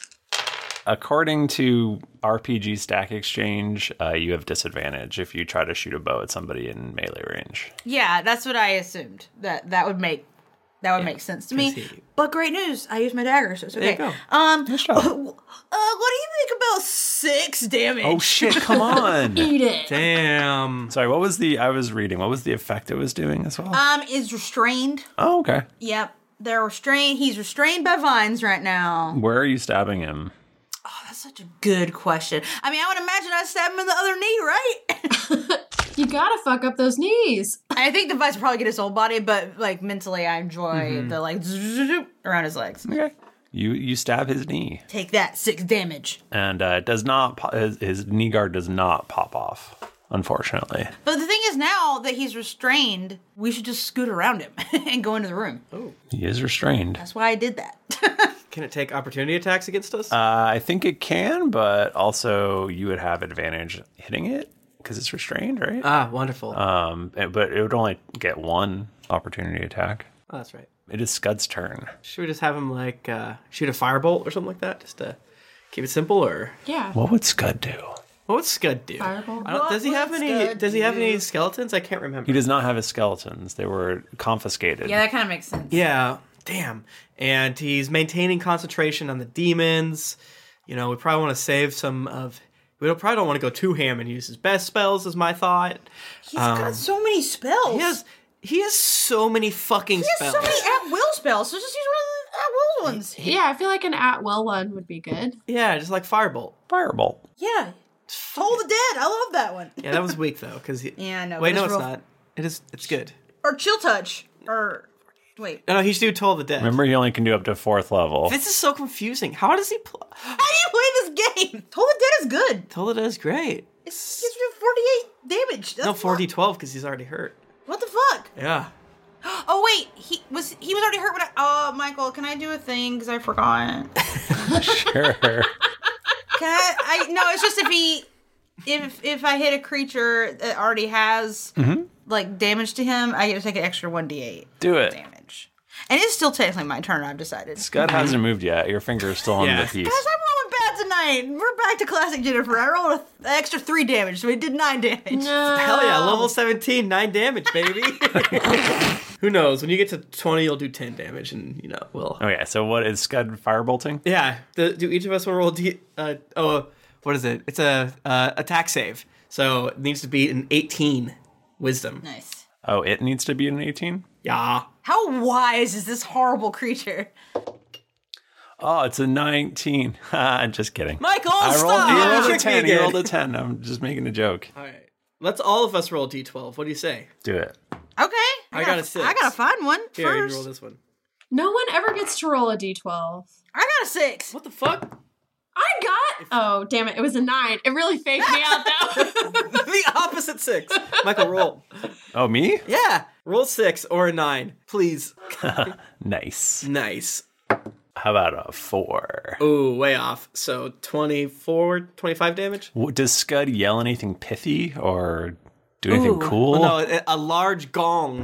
According to RPG Stack Exchange, uh, you have disadvantage if you try to shoot a bow at somebody in melee range. Yeah, that's what I assumed. That that would make that would make sense to me. But great news, I used my dagger, so it's okay. you Um. job. Uh, what do you think about six damage? Oh shit! Come on. Eat it. Damn. Sorry. What was the? I was reading. What was the effect it was doing as Oh. well? um. Is restrained. oh, okay. Yep. They're restrained. He's restrained by vines right now. Where are you stabbing him? That's such a good question. I mean, I would imagine I'd stab him in the other knee, right? You gotta fuck up those knees. I think the vice would probably get his whole body, but like mentally, I enjoy the like zoop around his legs. Okay. You you stab his knee. Take that six damage. and uh, it does not po- his, his knee guard does not pop off. unfortunately. But the thing is, now that he's restrained, we should just scoot around him and go into the room. Oh, He is restrained. that's why I did that. Can it take opportunity attacks against us? Uh, I think it can, but also you would have advantage hitting it because it's restrained, right? ah, wonderful. Um, it- but it would only get one opportunity attack. oh, that's right. It is Scud's turn. Should we just have him like uh, shoot a firebolt or something like that, just to keep it simple? Or Yeah. What would Scud do? what would Scud do? Firebolt? I don't, does he have any? Does he have any skeletons? I can't remember. He does not have his skeletons. They were confiscated. yeah, that kind of makes sense. Yeah, damn. And he's maintaining concentration on the demons. You know, we probably want to save some of. We don't, probably don't want to go too ham and use his best spells, is my thought. Um, He's got so many spells. He has he has so many fucking He has spells. so many at will spells. So just use one of the at will ones. Yeah, I feel like an at will one would be good. yeah, just like firebolt. Firebolt. Yeah. Toll the dead. I love that one. Yeah, that was weak though, because Yeah, I know, Wait, but no, it's it's real- not. It is. It's good. Or chill touch. Or wait. No, no, he should do Toll the Dead. Remember, he only can do up to fourth level. This is so confusing. How does he play? How do you play this game? Toll the dead is good. Toll the Dead is great. It's gives you 48 damage. That's No, 40 lot. 12 because he's already hurt. What the fuck? Yeah. Oh wait, he was he was already hurt when I Oh, Michael, can I do a thing cuz I forgot. sure. Can I, I no, it's just if he if if I hit a creature that already has like damage to him, I get to take an extra 1d8 Mm-hmm. do it. damage. And it's still technically my turn, I've decided. Scud hasn't moved yet. Your finger is still on Mm-hmm. Yeah. the piece. Guys, I'm rolling bad tonight. We're back to classic Jennifer. I rolled an extra three damage, so we did nine damage. Hell yeah, level 17, 9 damage, baby. Who knows? When you get to 20, you'll do 10 damage, and, you know, we'll. Okay, Oh, so what is Scud firebolting? Yeah. Do, do each of us want to roll D. Uh, oh, what is it? It's a uh, attack save. So it needs to be an 18 wisdom. Nice. Oh, it needs to be an 18? Yeah. How wise is this horrible creature? Oh, it's a 19. I'm just kidding. Michael, I rolled, stop! you rolled a Tricked me 10. You again. rolled a 10. I'm just making a joke. All right. Let's all of us roll D12. What do you say? Do it. Okay. I got gotta- a six. I gotta find one first. Here, you roll this one. No one ever gets to roll a d12. I got a six. What the fuck? I got. Oh, damn it. It was a nine. It really faked me out, though. the opposite six. Michael, roll. Oh, me? Yeah, roll six or a nine, please. Nice. Nice. How about a 4? Ooh, way off. So 24, 25 damage? W- Does Scud yell anything pithy or do anything cool? Oh, no, a, a large gong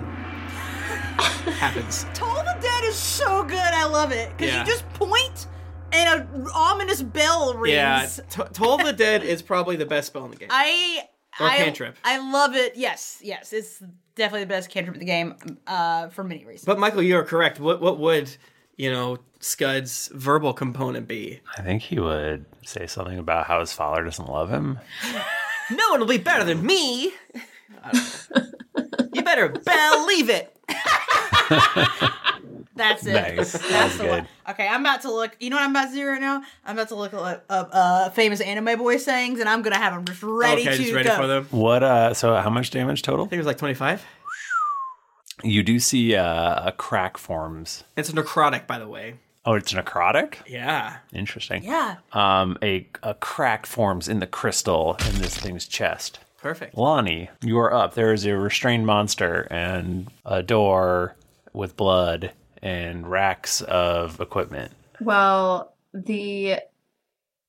happens. Toll the Dead is so good. I love it. Because Yeah. you just point and an ominous bell rings. Yeah, t- Toll the Dead is probably the best spell in the game. I. Or I, cantrip. I love it. Yes, yes. It's definitely the best cantrip in the game uh, for many reasons. But Michael, you are correct. What what would you know Scud's verbal component be? I think he would say something about how his father doesn't love him. No one will be better than me. I don't know. you better believe it. That's it. Nice. That was That's the one. good. Okay, I'm about to look. You know what I'm about to do right now? I'm about to look up uh, uh, famous anime boy sayings, and I'm gonna have them just ready okay, to just ready go. for them. I What, uh, so how much damage total? think it was like twenty-five. You do see uh, a crack forms. It's necrotic, by the way. Oh, it's necrotic? Yeah. Interesting. Yeah. Um, a, a crack forms in the crystal in this thing's chest. Perfect. Lonnie, you are up. There is a restrained monster and a door with blood and racks of equipment. well, the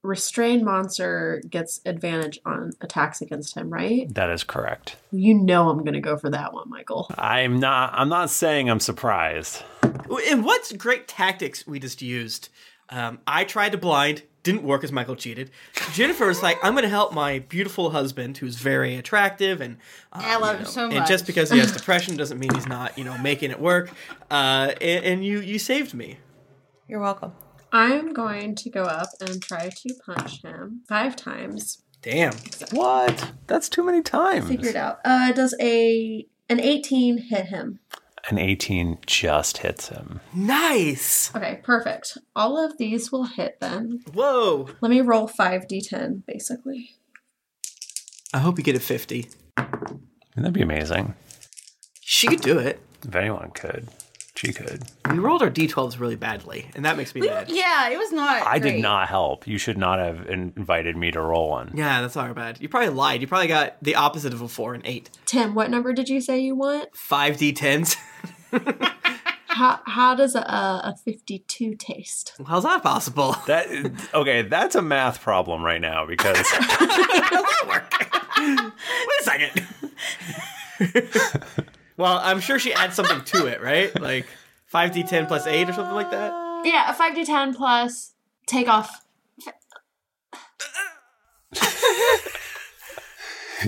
restrained monster gets advantage on attacks against him, right? That is correct. You know I'm going to go for that one, Michael. I'm not. I'm not saying I'm surprised. And what's great tactics we just used? Um, I tried to blind, didn't work as Michael cheated. Jennifer was like, I'm going to help my beautiful husband, who's very attractive, and uh, I love him so And much. just because he has depression doesn't mean he's not, you know, making it work. Uh, and, and you you saved me. You're welcome. I'm going to go up and try to punch him five times. Damn. What? That's too many Figure times. it out. Uh, does a an 18 hit him? An 18 just hits him. Nice. Okay, perfect. All of these will hit then. Whoa. Let me roll 5d10 basically. I hope you get a 50. That'd be amazing She could do it. if anyone could. She could. We rolled our d12s really badly, and that makes me mad. Yeah, it was not. I did great. not help. You should not have in- invited me to roll one. Yeah, that's not our bad. You probably lied. You probably got the opposite of a four and eight. Tim, what number did you say you want? Five d10s. How how does a a fifty two taste? How's that possible? That okay? That's a math problem right now because Wait a second. well, I'm sure she adds something to it, right? Like five d10 plus eight or something like that. Yeah, a five to ten plus take off.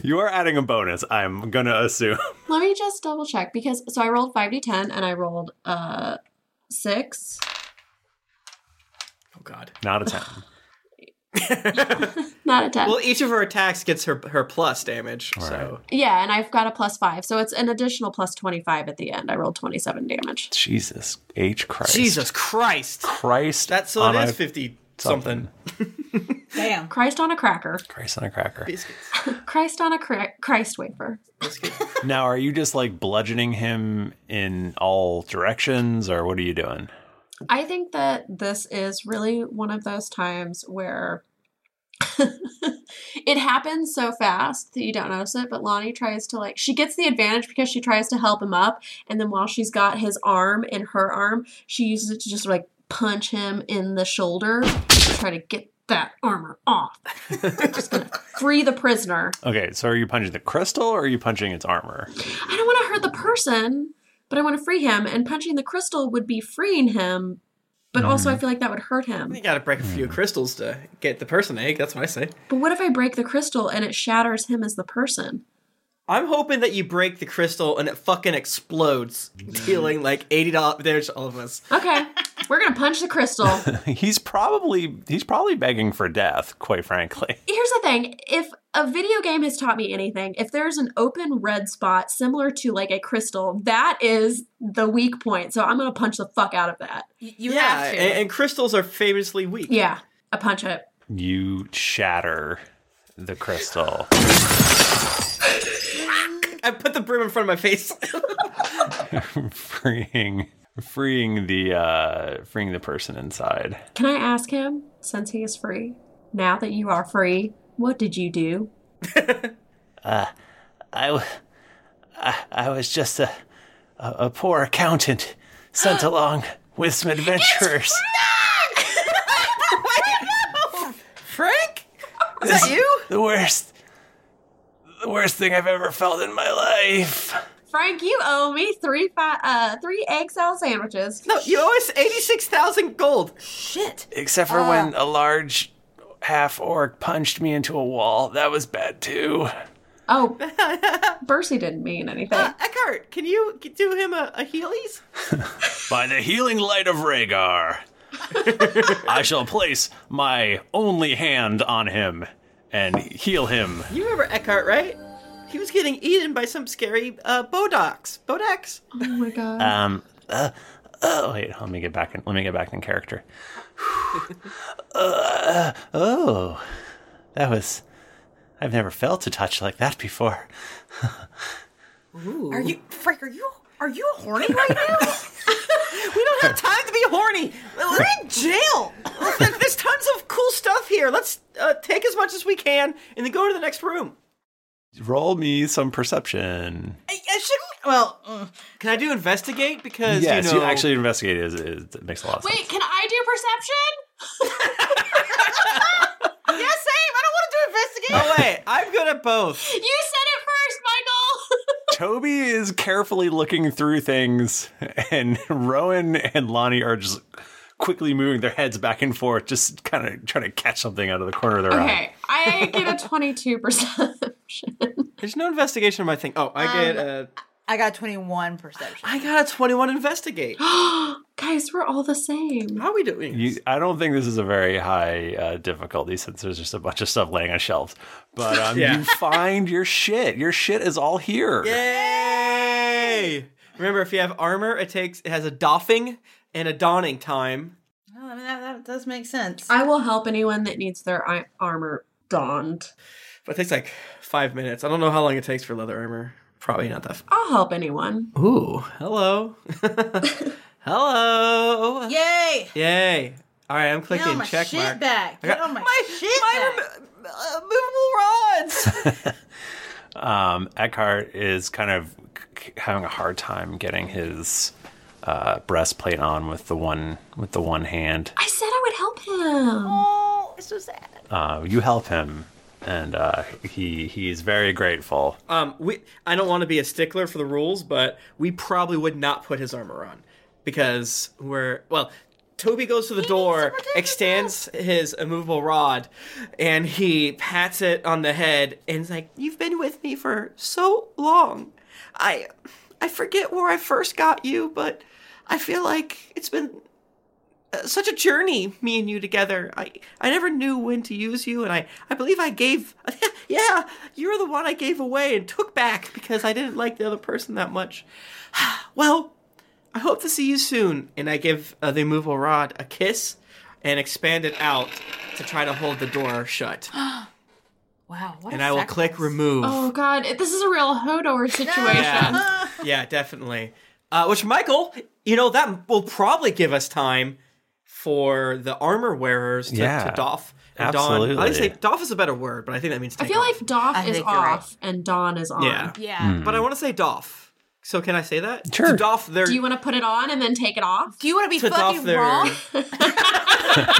you are adding a bonus. I'm gonna assume. Oh, Let me just double check because so I rolled five d ten and I rolled uh six. Oh God. Not a ten. Not a ten. Well, each of her attacks gets her her plus damage. So yeah, and I've got a plus five, so it's an additional plus twenty five at the end. I rolled twenty seven damage. Jesus H Christ. Jesus Christ, Christ. that's so on that is a- fifty something. Damn. Christ on a cracker. Christ on a cracker. Christ on a cra- Christ wafer. Now, are you just like bludgeoning him in all directions, or what are you doing? I think that this is really one of those times where it happens so fast that you don't notice it. But Lonnie tries to, like, she gets the advantage because she tries to help him up. And then while she's got his arm in her arm, she uses it to just, like, punch him in the shoulder to try to get that armor off. just gonna free the prisoner. Okay, so are you punching the crystal, or are you punching its armor? I don't want to hurt the person, but I want to free him. And punching the crystal would be freeing him. But also, I feel like that would hurt him. You gotta break a few crystals to get the person egg. That's what I say. But what if I break the crystal and it shatters him as the person? I'm hoping that you break the crystal and it fucking explodes, dealing like eighty dollars damage to all of us. Okay, we're gonna punch the crystal. Here's He's probably he's probably begging for death, quite frankly. the thing if a video game has taught me anything, if there's an open red spot similar to like a crystal, that is the weak point. So I'm gonna punch the fuck out of that. You, you yeah, have to. And, and crystals are famously weak. Yeah, I punch it. You shatter the crystal. I put the broom in front of my face. freeing freeing the uh freeing the person inside. Can I ask him, since he is free, now that you are free, what did you do? Uh, I, w- I, I was just a, a a poor accountant sent along with some adventurers. Frank, is that you? The worst the worst thing I've ever felt in my life. Frank, you owe me three fi- uh three egg salad sandwiches. No, you owe us eighty-six thousand gold. Shit. Except Ah. for when a large half orc punched me into a wall. That was bad too. Oh, Bercy didn't mean anything. Uh, Eckhart, can you do him a, a Heelys? By the healing light of Rhaegar, I shall place my only hand on him and heal him. You remember Eckhart, right? He was getting eaten by some scary uh, bodox. Bodax. Oh my god. Um. Uh, oh wait, let me get back in. Let me get back in character. Uh, oh, that was. I've never felt a touch like that before. Are you Frank? Are you are you horny right now? We don't have time to be horny. We're in jail. Look, There's tons of cool stuff here. Let's uh, take as much as we can and then go to the next room. Roll me some perception. I, I shouldn't. Well, mm. Can I do investigate? Because Yes, you you, know, actually investigate it. It, it- it makes a lot of Wait, sense. can I do perception? yeah, same. I don't want to do investigation. Oh wait, I'm good at both. You said it first, Michael. Toby is carefully looking through things, and Rowan and Lonnie are just quickly moving their heads back and forth, just kind of trying to catch something out of the corner of their eye. okay, I get a twenty-two perception. There's no investigation in my thing. Oh, Um, I get a, I got twenty one perception. I got a 21 investigate. How Guys, we're all the same. are we doing? You, I don't think this is a very high uh, difficulty since there's just a bunch of stuff laying on shelves. But um, Yeah. you find your shit. Your shit is all here. Yay! Remember, if you have armor, it takes it has a doffing and a donning time. Well, I mean that, that does make sense. I will help anyone that needs their i- armor donned. But it takes like five minutes. I don't know how long it takes for leather armor. Probably not that. F- I'll help anyone. Ooh, hello. hello. Yay! Yay. All right, I'm Get clicking all my check shit mark. back. I Get got- all my, shit back. uh, movable rods. Um, Eckhart is kind of c- c- having a hard time getting his uh, breastplate on with the one with the one hand. I said I would help him. Oh, it's so sad. Uh, you help him, and uh, he he's very grateful. um, we. I don't want to be a stickler for the rules, but we probably would not put his armor on because we're well. Toby goes to the door, extends his immovable rod, and he pats it on the head and is like, "You've been with me for so long. I, I forget where I first got you, but I feel like it's been uh, such a journey, me and you together. I I never knew when to use you, and I I believe I gave. yeah, you were the one I gave away and took back because I didn't like the other person that much. well, I hope to see you soon. And I give uh, the immovable rod a kiss and expand it out to try to hold the door shut. Wow. What and I I will click remove. Oh god, it- this is a real Hodor situation. Yeah, yeah, definitely. Uh, which Michael, you know that will probably give us time for the armor wearers to, Yeah, to doff. and don- I absolutely. would say doff is a better word, but I think that means. I take feel off. like Doff I is think you're right. off and Dawn is on. Yeah. Hmm. Yeah. but I want to say doff. So can I say that? Hmm. Sure. To doff their. Do you want to put it on and then take it off? Do you want to be to doff fucking their. wrong?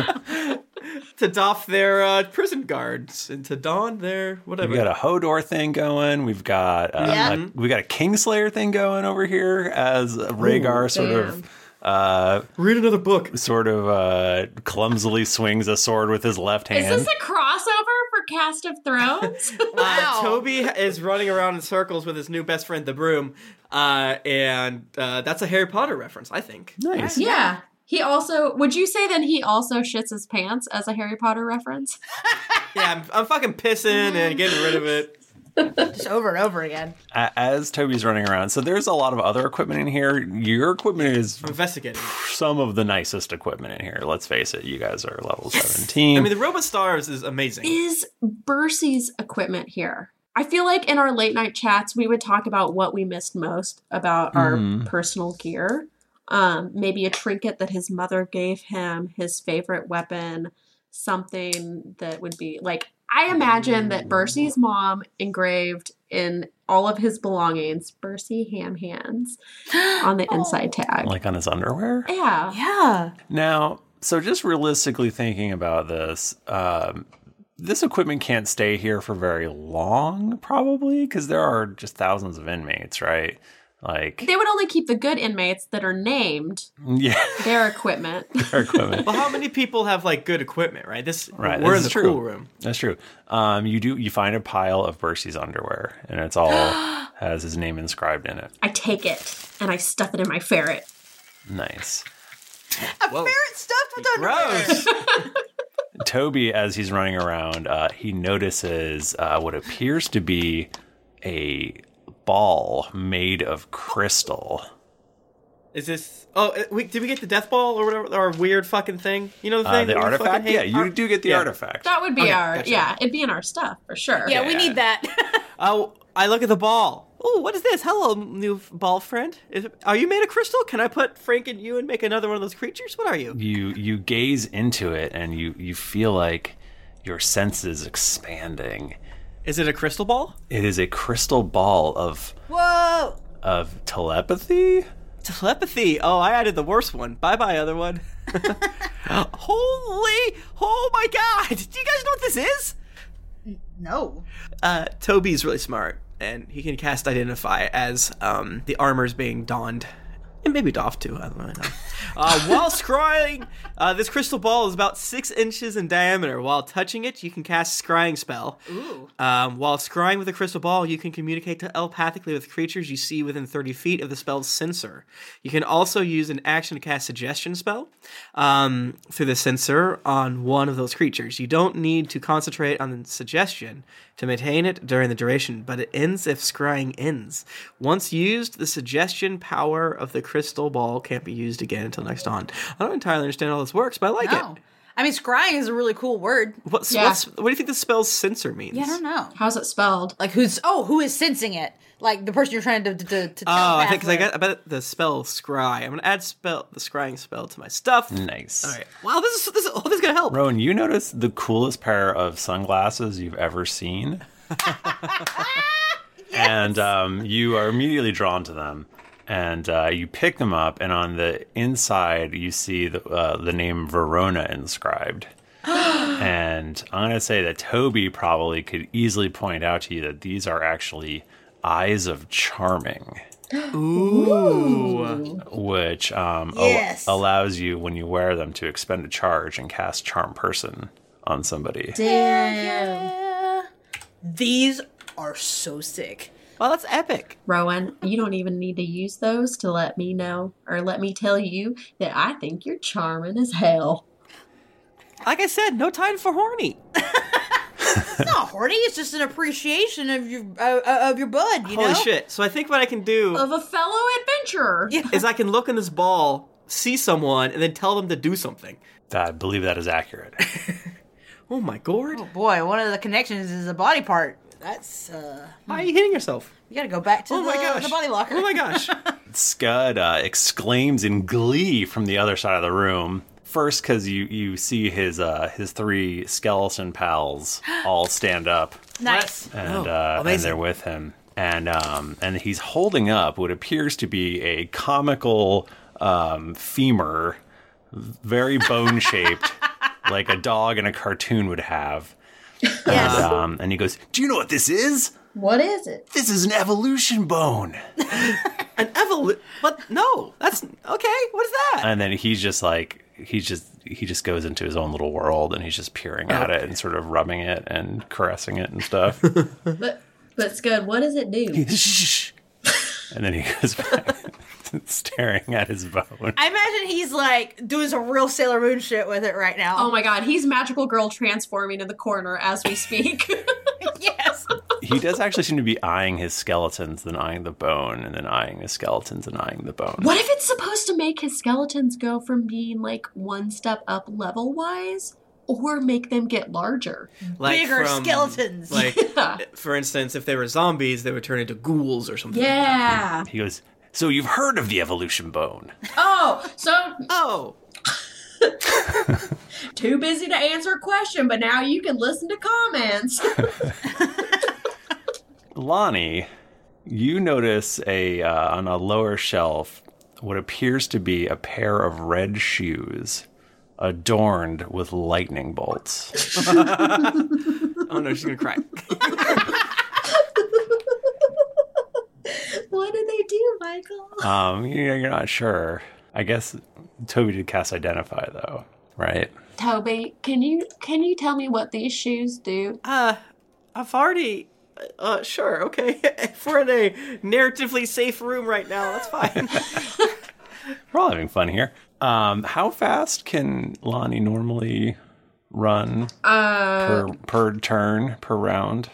to doff their uh, prison guards and to don their whatever. We've got a Hodor thing going. We've got uh, Yeah. a, we got a Kingslayer thing going over here as Rhaegar sort of uh, Read another book. sort of uh, clumsily swings a sword with his left Is hand. this a crossover for Cast of Thrones? Uh, Toby is running around in circles with his new best friend, the broom, uh, and uh, that's a Harry Potter reference, I think. nice. yeah. He also, would you say then he also shits his pants as a Harry Potter reference? Yeah, I'm, I'm fucking pissing and Mm-hmm. getting rid of it. Just over and over again. A- As Toby's running around, so there's a lot of other equipment in here. Your equipment is I'm investigating. some of the nicest equipment in here. Let's face it, you guys are level 17. I mean, the Robot Stars is amazing. Is Bercy's equipment here? I feel like in our late night chats, we would talk about what we missed most about our personal gear. Um, maybe a trinket that his mother gave him, his favorite weapon, something that would be like, I imagine that Bercy's mom engraved in all of his belongings, Bercy Ham Hands, on the inside tag. like on his underwear? yeah. Yeah. Now, so just realistically thinking about this, um, this equipment can't stay here for very long, probably, because there are just thousands of inmates, right? Like, They would only keep the good inmates that are named yeah, their equipment. their equipment. Well, how many people have like good equipment, right? This Right, we're this in is the true. cool room. That's true. Um, you do you find a pile of Bercy's underwear, and it's all has his name inscribed in it. I take it and I stuff it in my ferret. Nice. A ferret stuffed with underwear. Gross. Toby, as he's running around, uh, he notices uh, what appears to be a ball made of crystal. is this? Oh, uh, we, did we get the death ball or whatever? Our weird fucking thing. You know the Uh, thing. the that we fucking artifact? hate? Yeah, you Ar- do get the yeah. artifact. That would be our gotcha. yeah, it'd be in our stuff for sure. Yeah, we need that. Oh, I look at the ball. Oh, what is this? Hello, new f- ball friend. Is, are you made of crystal? Can I put Frank and you and make another one of those creatures? What are you? You you gaze into it and you you feel like your senses expanding. Is it a crystal ball? It is a crystal ball of Whoa. of telepathy. Telepathy. Oh, I added the worst one. Bye bye, other one. Holy! Oh my god! Do you guys know what this is? No. Uh, Toby's really smart, and he can cast Identify as um, the armor's being donned. And maybe doffed too, I don't really know. Uh, while scrying, uh, this crystal ball is about six inches in diameter. While touching it, you can cast Scrying Spell. Ooh. Um, while scrying with a crystal ball, you can communicate telepathically with creatures you see within 30 feet of the spell's sensor. You can also use an action to cast Suggestion Spell um, through the sensor on one of those creatures. You don't need to concentrate on the suggestion to maintain it during the duration, but it ends if scrying ends. Once used, the suggestion power of the crystal ball can't be used again until next on. I don't entirely understand how this works, but I like No. it. I mean, scrying is a really cool word. What's, Yeah. what's, what do you think the spell censor means? Yeah, I don't know. How's it spelled? Like who's? Oh, who is sensing it? Like the person you're trying to to, to, to Oh, I think because I telepath with. got I bet the spell scry. I'm gonna add spell the scrying spell to my stuff. Nice. All right. Wow, this is this is, oh, this is gonna help. Rowan, you notice the coolest pair of sunglasses you've ever seen. And um, you are immediately drawn to them. And uh, you pick them up, and on the inside, you see the, uh, the name Verona inscribed. and I'm going to say that Toby probably could easily point out to you that these are actually eyes of charming Ooh. which um, al- Yes. allows you when you wear them to expend a charge and cast charm person on somebody. Damn. Uh, These are so sick. Well, that's epic. Rowan, you don't even need to use those to let me know or let me tell you that I think you're charming as hell. Like I said, no time for horny. It's not horny. It's just an appreciation of your uh, uh, of your bud. You Holy know? shit! So I think what I can do Of a fellow adventurer. is I can look in this ball, see someone, and then tell them to do something. I believe that is accurate. Oh my gourd! Why Boy, one of the connections is a body part. That's uh. are you hitting yourself? You gotta go back to Oh the, my gosh. the body locker. Oh my gosh! Scud uh, exclaims in glee from the other side of the room. First, because you, you see his uh, his three skeleton pals all stand up, nice. and Oh, uh, and amazing. they're with him, and um, and he's holding up what appears to be a comical um, femur, very bone shaped, like a dog in a cartoon would have. And, um, and he goes, "Do you know what this is? What is it? This is an evolution bone." An evolu What? No, that's okay. What is that? and then he's just like he's just he just goes into his own little world and he's just peering at it and sort of rubbing it and caressing it and stuff But but Scud, what does it do? Shh. and then he goes back staring at his bone I imagine he's like doing some real Sailor Moon shit with it right now. Oh my god, he's magical girl transforming in the corner as we speak. yes. he does actually seem to be eyeing his skeletons then eyeing the bone and then eyeing his skeletons and eyeing the bone what if it's supposed to make his skeletons go from being like one step up level wise or make them get larger? Bigger skeletons. Like Yeah. for instance, if they were zombies, they would turn into ghouls or something. like that. Yeah. he goes so you've heard of the evolution bone Oh, so Oh, too busy to answer a question, but now you can listen to comments. Lonnie, you notice a uh, on a lower shelf what appears to be a pair of red shoes adorned with lightning bolts. oh no, she's gonna cry. what did they do, Michael? Um, you- you're not sure. I guess Toby did cast identify though, right? Toby, can you can you tell me what these shoes do? Uh, I've already. Uh, sure, okay. if we're in a narratively safe room right now, that's fine. We're all having fun here. Um, how fast can Lonnie normally run Uh, Uh, per per turn per round?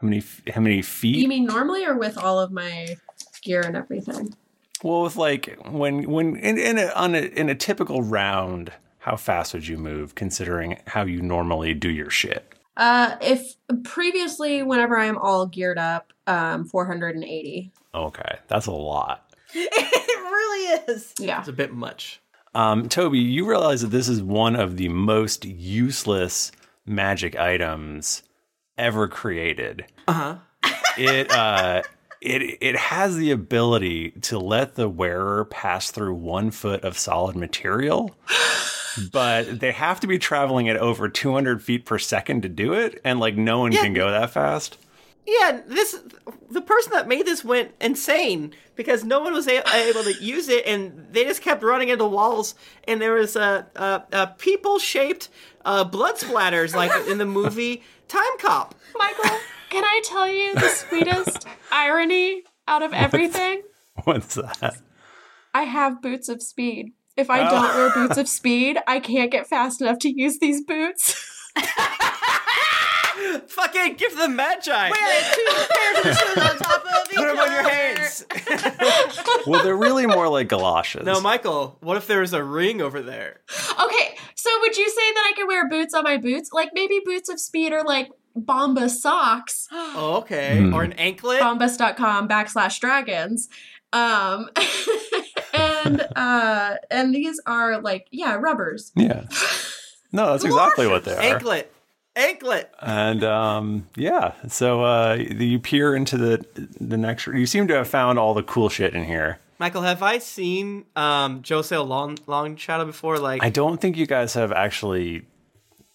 How many f- how many feet? You mean normally or with all of my gear and everything? Well, with like when when in, in a on a in a typical round, how fast would you move considering how you normally do your shit? Uh if previously whenever I'm all geared up, um 480. Okay, that's a lot. it really is. Yeah. It's a bit much. Um, Toby, you realize that this is one of the most useless magic items ever created. Uh It uh, it it has the ability to let the wearer pass through one foot of solid material. But they have to be traveling at over 200 feet per second to do it, and like no one can go that fast. Yeah, this the person that made this went insane because no one was a- able to use it, and they just kept running into walls. And there was a uh, uh, uh, people shaped uh, blood splatters like in the movie Time Cop. Michael, can I tell you the sweetest irony out of everything? What's that? I have boots of speed. If Oh. I don't wear boots of speed, I can't get fast enough to use these boots. Fucking give them magi. on top of each Put them on your other. hands. Well, they're really more like galoshes. No, Michael. What if there was a ring over there? Okay, So would you say that I can wear boots on my boots? Like maybe boots of speed are like Bomba socks. Oh, okay. Hmm. Or an anklet. Bombas.com backslash dragons. Um and uh and these are like, yeah, rubbers. Yeah. No, that's exactly what they are. anklet. Anklet. And um, yeah, so uh, you peer into the the next. You seem to have found all the cool shit in here. Michael, have I seen um, Jose Long Long Shadow before? Like, I don't think you guys have actually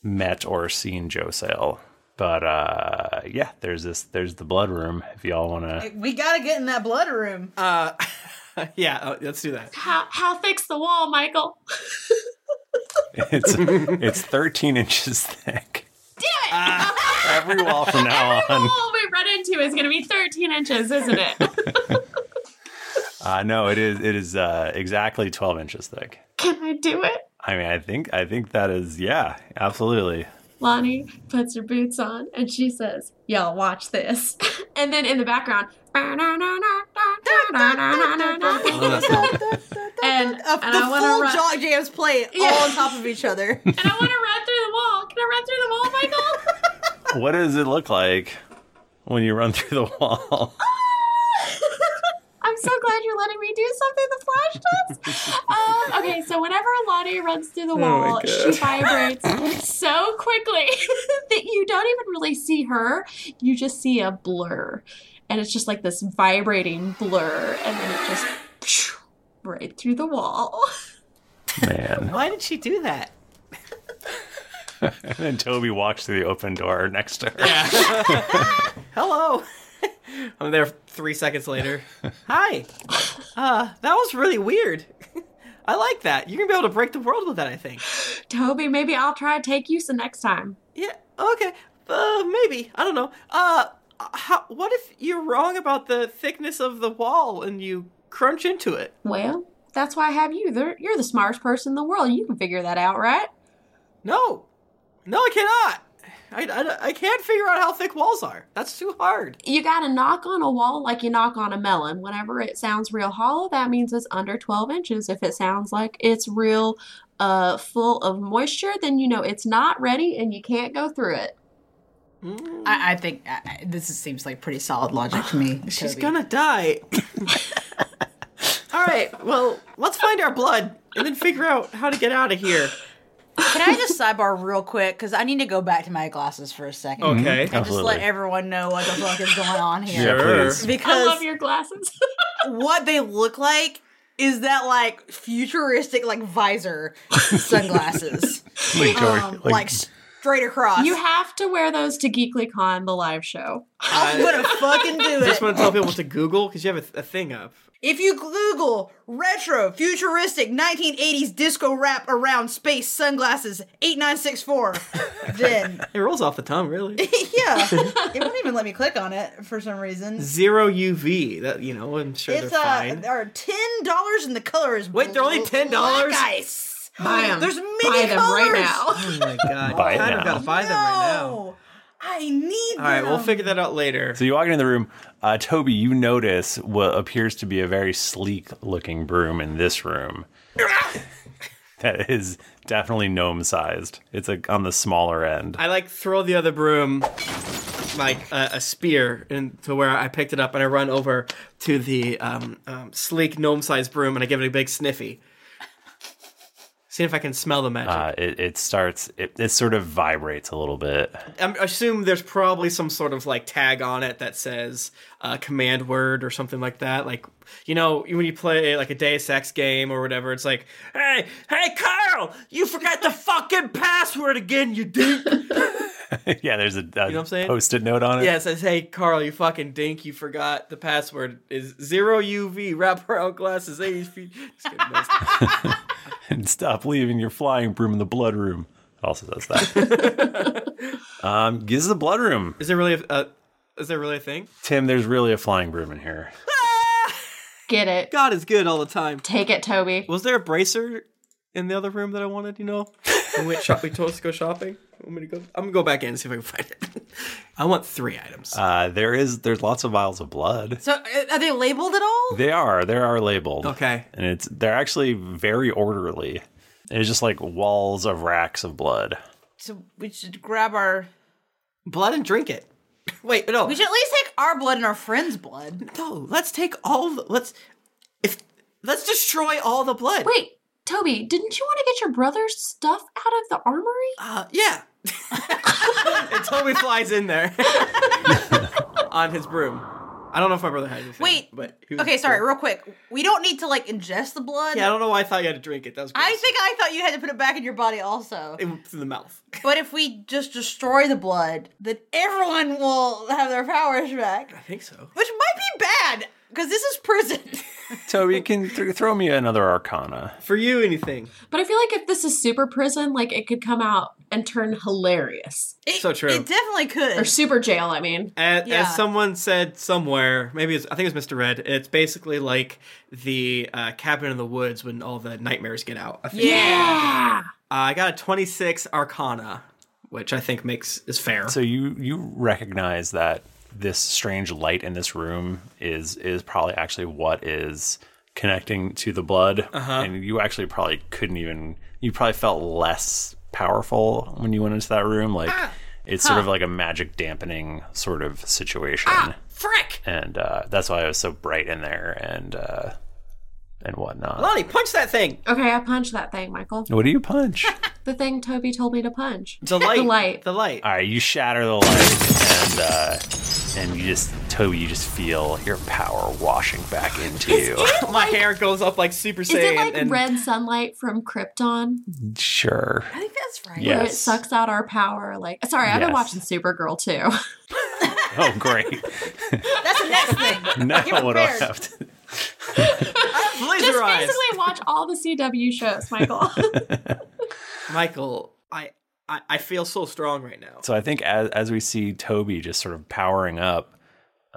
met or seen Joe Sale, but uh, yeah, there's this. There's the blood room. If y'all want to, We gotta get in that blood room. uh, yeah, oh, let's do that. How how thick's the wall, Michael? it's it's 13 inches thick. Ah, Every wall from now The on. wall we run into is gonna be 13 inches, isn't it? Uh, no, it is it is uh, exactly 12 inches thick. Can I do it? I mean, I think I think that is yeah, absolutely. Lonnie puts her boots on and she says, Y'all watch this. And then in the background, oh, and that's cool. And- the and I wanna full run- jaw jams play Yeah. all on top of each other. I want to run through the wall. Can I run through the wall, Michael? What does it look like when you run through the wall? I'm so glad you're letting me do something the Flash does. Um, okay, so whenever Lonnie runs through the wall, she vibrates so quickly that you don't even really see her. You just see a blur. And it's just like this vibrating blur. And then it just right through the wall. Man. Why did she do that? And then Toby walks through the open door next to her. Hello. I'm there three seconds later. Hi. Uh, that was really weird. I like that. You're gonna be able to break the world with that. I think. Toby, maybe I'll try to take you some next time. Yeah. Okay. Uh, maybe. I don't know. Uh, how, what if you're wrong about the thickness of the wall and you crunch into it? Well, that's why I have you. They're, you're the smartest person in the world. You can figure that out, right? No. No, I cannot. I, I, I can't figure out how thick walls are. That's too hard. You got to knock on a wall like you knock on a melon. Whenever it sounds real hollow, that means it's under 12 inches. If it sounds like it's real uh, full of moisture, then you know it's not ready and you can't go through it. Mm. I, I think I, I- this is, seems like pretty solid logic to me. She's Toby. gonna die. All right. Well, let's find our blood and then figure out how to get out of here. Can I just sidebar real quick? Because I need to go back to my glasses for a second. Okay. And just Absolutely. let everyone know what the fuck is going on here. Yeah, Sure. please. I Because love your glasses. what they look like is that like futuristic like visor sunglasses, Like, George, like, straight across. you have to wear those to GeeklyCon, the live show. I'm gonna fucking do I just it. want to tell people what to Google because you have a, a thing up. If you Google retro futuristic 1980s disco rap around space sunglasses 8964, then It rolls off the tongue, really. yeah, it won't even let me click on it for some reason. Zero UV. That you know, I'm sure It's they're uh, fine. there are ten dollars and the color is Wait, they're only black $10? Ice. Buy 'em. There's Buy many them colors. right now. Oh my god! Buy it kind now. of gotta buy them right now. No, I need. All right, we'll them. figure that out later. So you walk into the room. Uh, Toby, you notice what appears to be a very sleek looking broom in this room. that is definitely gnome sized. It's like on the smaller end. I like throw the other broom like a, a spear into where I picked it up, and I run over to the um, um, sleek gnome-sized broom, and I give it a big sniffy. See if I can smell the magic. Uh, it, it starts, it, it sort of vibrates a little bit. I'm- I assume there's probably some sort of like tag on it that says uh, command word or something like that. Like, you know, when you play like a Deus Ex game or whatever, it's like, hey, hey, Carl, you forgot the fucking password again, you dink. yeah, there's a, know what I'm saying? post it note on it. yeah, it says, hey, Carl, you fucking dink, you forgot the password is zero UV wraparound glasses, 80 feet. Just kidding, that's- and stop leaving your flying broom in the blood room. It also says that. um, this is the blood room. is there really a, uh, is there really a thing? Tim, there's really a flying broom in here. Get it. God is good all the time. Take it, Toby. Was there a bracer in the other room that I wanted? You know, we went shop. We told us to go shopping. I'm gonna go. I'm gonna go back in and see if I can find it. I want three items. Uh, there is, there's lots of vials of blood. So uh, are they labeled at all? They are. They are labeled. Okay. And it's they're actually very orderly. It was just like walls of racks of blood. So we should grab our blood and drink it. Wait, no. We should at least take our blood and our friend's blood. No, let's take all. The, let's if let's destroy all the blood. Wait, Toby, didn't you want to get your brother's stuff out of the armory? Uh, yeah. and Toby flies in there on his broom. I don't know if my brother had anything. Wait, but he was Okay, sorry, cool. real quick. We don't need to like ingest the blood. Yeah, I don't know why I thought you had to drink it. That was I think I thought you had to put it back in your body also. gross. it through the mouth. But if we just destroy the blood, then everyone will have their powers back, I think so. which might be bad because this is prison. Toby, can th- throw me another Arcana. For you, anything. But I feel like if this is super prison, like it could come out and turn hilarious. It- So true. It definitely Or could. super jail, I mean. As, Yeah. as someone said somewhere, maybe it's, I think it was Mr. Red. It's basically like the uh, cabin in the woods when all the nightmares get out. I think. Yeah. Uh, I got a 26 Arcana, which I think makes is fair. So you you recognize that this strange light in this room is is probably actually what is connecting to the blood, Uh-huh. and you actually probably couldn't even you probably felt less powerful when you went into that room. Like Ah, it's sort of like a magic dampening sort of situation, Ah, frick! and uh, that's why it was so bright in there and uh, and whatnot. Lonnie, punch that thing! Okay, I punched that thing, Michael. What do you punch? The thing Toby told me to punch. The light. The light. The light. All right, you shatter the light, and uh, and you just Toby, you just feel your power washing back into you. My hair goes up like Super Saiyan. Is it like and red sunlight from Krypton? Sure. I think that's right. Where Yes. it sucks out our power. Like, sorry, I've been Yes. watching Supergirl too. Oh, great. That's the next thing. Now what do I prepared. have to? laser Just eyes. basically watch all the CW shows, Michael. Michael, I, I I feel so strong right now. So I think as as we see Toby just sort of powering up,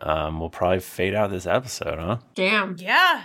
um, we'll probably fade out this episode, huh? Damn. Yeah.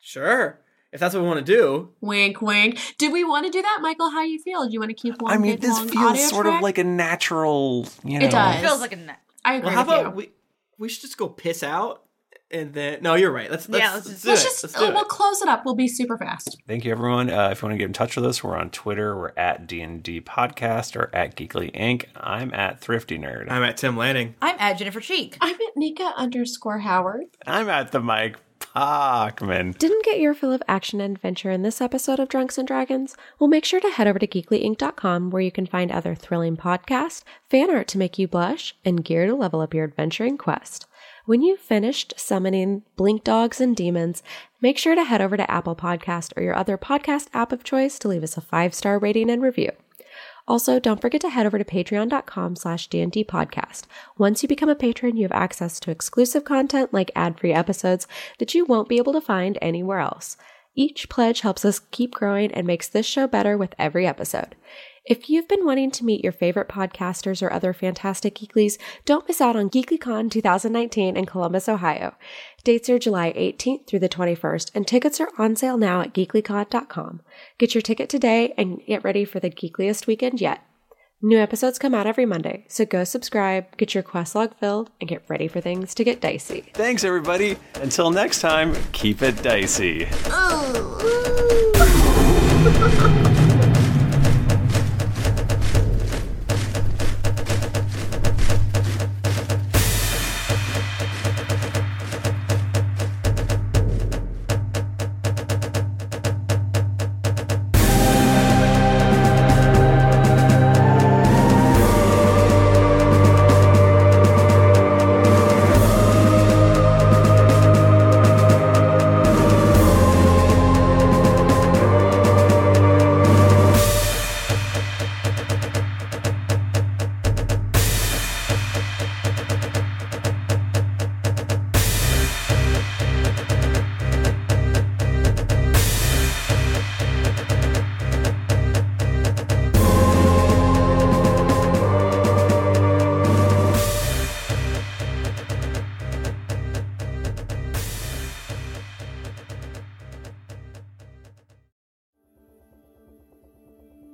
Sure, if that's what we want to do. Wink, wink. Do we want to do that, Michael? How you feel? Do you want to keep one? I mean, good this long feels audio sort track? of like a natural, you know. It does. It feels like a net. I agree Well, how with about you. we we should just go piss out and then no, you're right. Let's let's, Yeah, let's let's just- do Let's it. just let's do we'll it. close it up. We'll be super fast. Thank you, everyone. Uh, if you want to get in touch with us, we're on Twitter. We're at D and D Podcast or at Geekly Inc. I'm at Thrifty Nerd. I'm at Tim Lanning. I'm at Jennifer Cheek. I'm at Nika underscore Howard. I'm at the Mike Pachman. Didn't get your fill of action and adventure in this episode of Drunks and Dragons? Well, make sure to head over to geeklyinc.com where you can find other thrilling podcasts, fan art to make you blush, and gear to level up your adventuring quest. When you've finished summoning blink dogs and demons, make sure to head over to Apple Podcast or your other podcast app of choice to leave us a five-star rating and review. Also, don't forget to head over to patreon.com slash DND podcast. Once you become a patron, you have access to exclusive content like ad-free episodes that you won't be able to find anywhere else. Each pledge helps us keep growing and makes this show better with every episode. If you've been wanting to meet your favorite podcasters or other fantastic geeklies, don't miss out on GeeklyCon 2019 in Columbus, Ohio. Dates are July 18th through the 21st, and tickets are on sale now at geeklycon.com. Get your ticket today and get ready for the geekliest weekend yet. New episodes come out every Monday, so go subscribe, get your quest log filled, and get ready for things to get dicey. Thanks, everybody. Until next time, keep it dicey.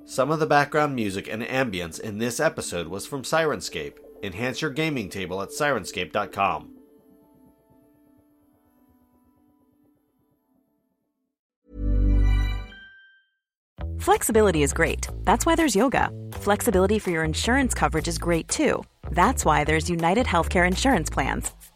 Some of the background music and ambience in this episode was from Sirenscape. Enhance your gaming table at sirenscape.com. Flexibility is great. That's why there's yoga. Flexibility for your insurance coverage is great too. That's why there's United Healthcare Insurance Plans.